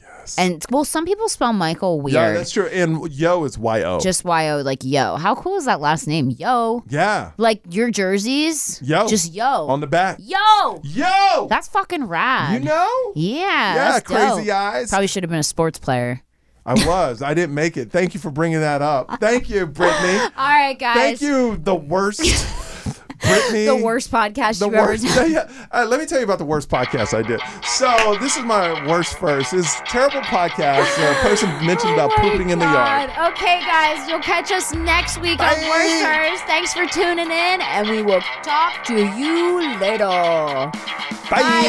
Speaker 3: Yes. And well, some people spell Michael weird.
Speaker 2: yeah, that's true. And Yo is Y O.
Speaker 3: Just Y O, like yo. How cool is that last name? Yo.
Speaker 2: Yeah,
Speaker 3: Like your jerseys?
Speaker 2: Yo.
Speaker 3: Just yo.
Speaker 2: on the back.
Speaker 3: yo.
Speaker 2: Yo,
Speaker 3: That's fucking rad.
Speaker 2: you know.
Speaker 3: Yeah.
Speaker 2: Yeah,
Speaker 3: that's
Speaker 2: crazy
Speaker 3: dope.
Speaker 2: eyes.
Speaker 3: Probably should have been a sports player.
Speaker 2: I was. I didn't make it. Thank you for bringing that up. Thank you, Brittany.
Speaker 3: All right, guys.
Speaker 2: Thank you, the worst, Brittany.
Speaker 3: The worst podcast
Speaker 2: The
Speaker 3: you've ever
Speaker 2: worst.
Speaker 3: done.
Speaker 2: Yeah. Uh, let me tell you about the worst podcast I did. So this is my worst first. It's a terrible podcast. Uh, A person mentioned about
Speaker 3: Oh my
Speaker 2: pooping in the yard.
Speaker 3: God. Okay, guys, you'll catch us next week
Speaker 2: Bye.
Speaker 3: on Worsters. Thanks for tuning in, and we will talk to you later.
Speaker 2: Bye.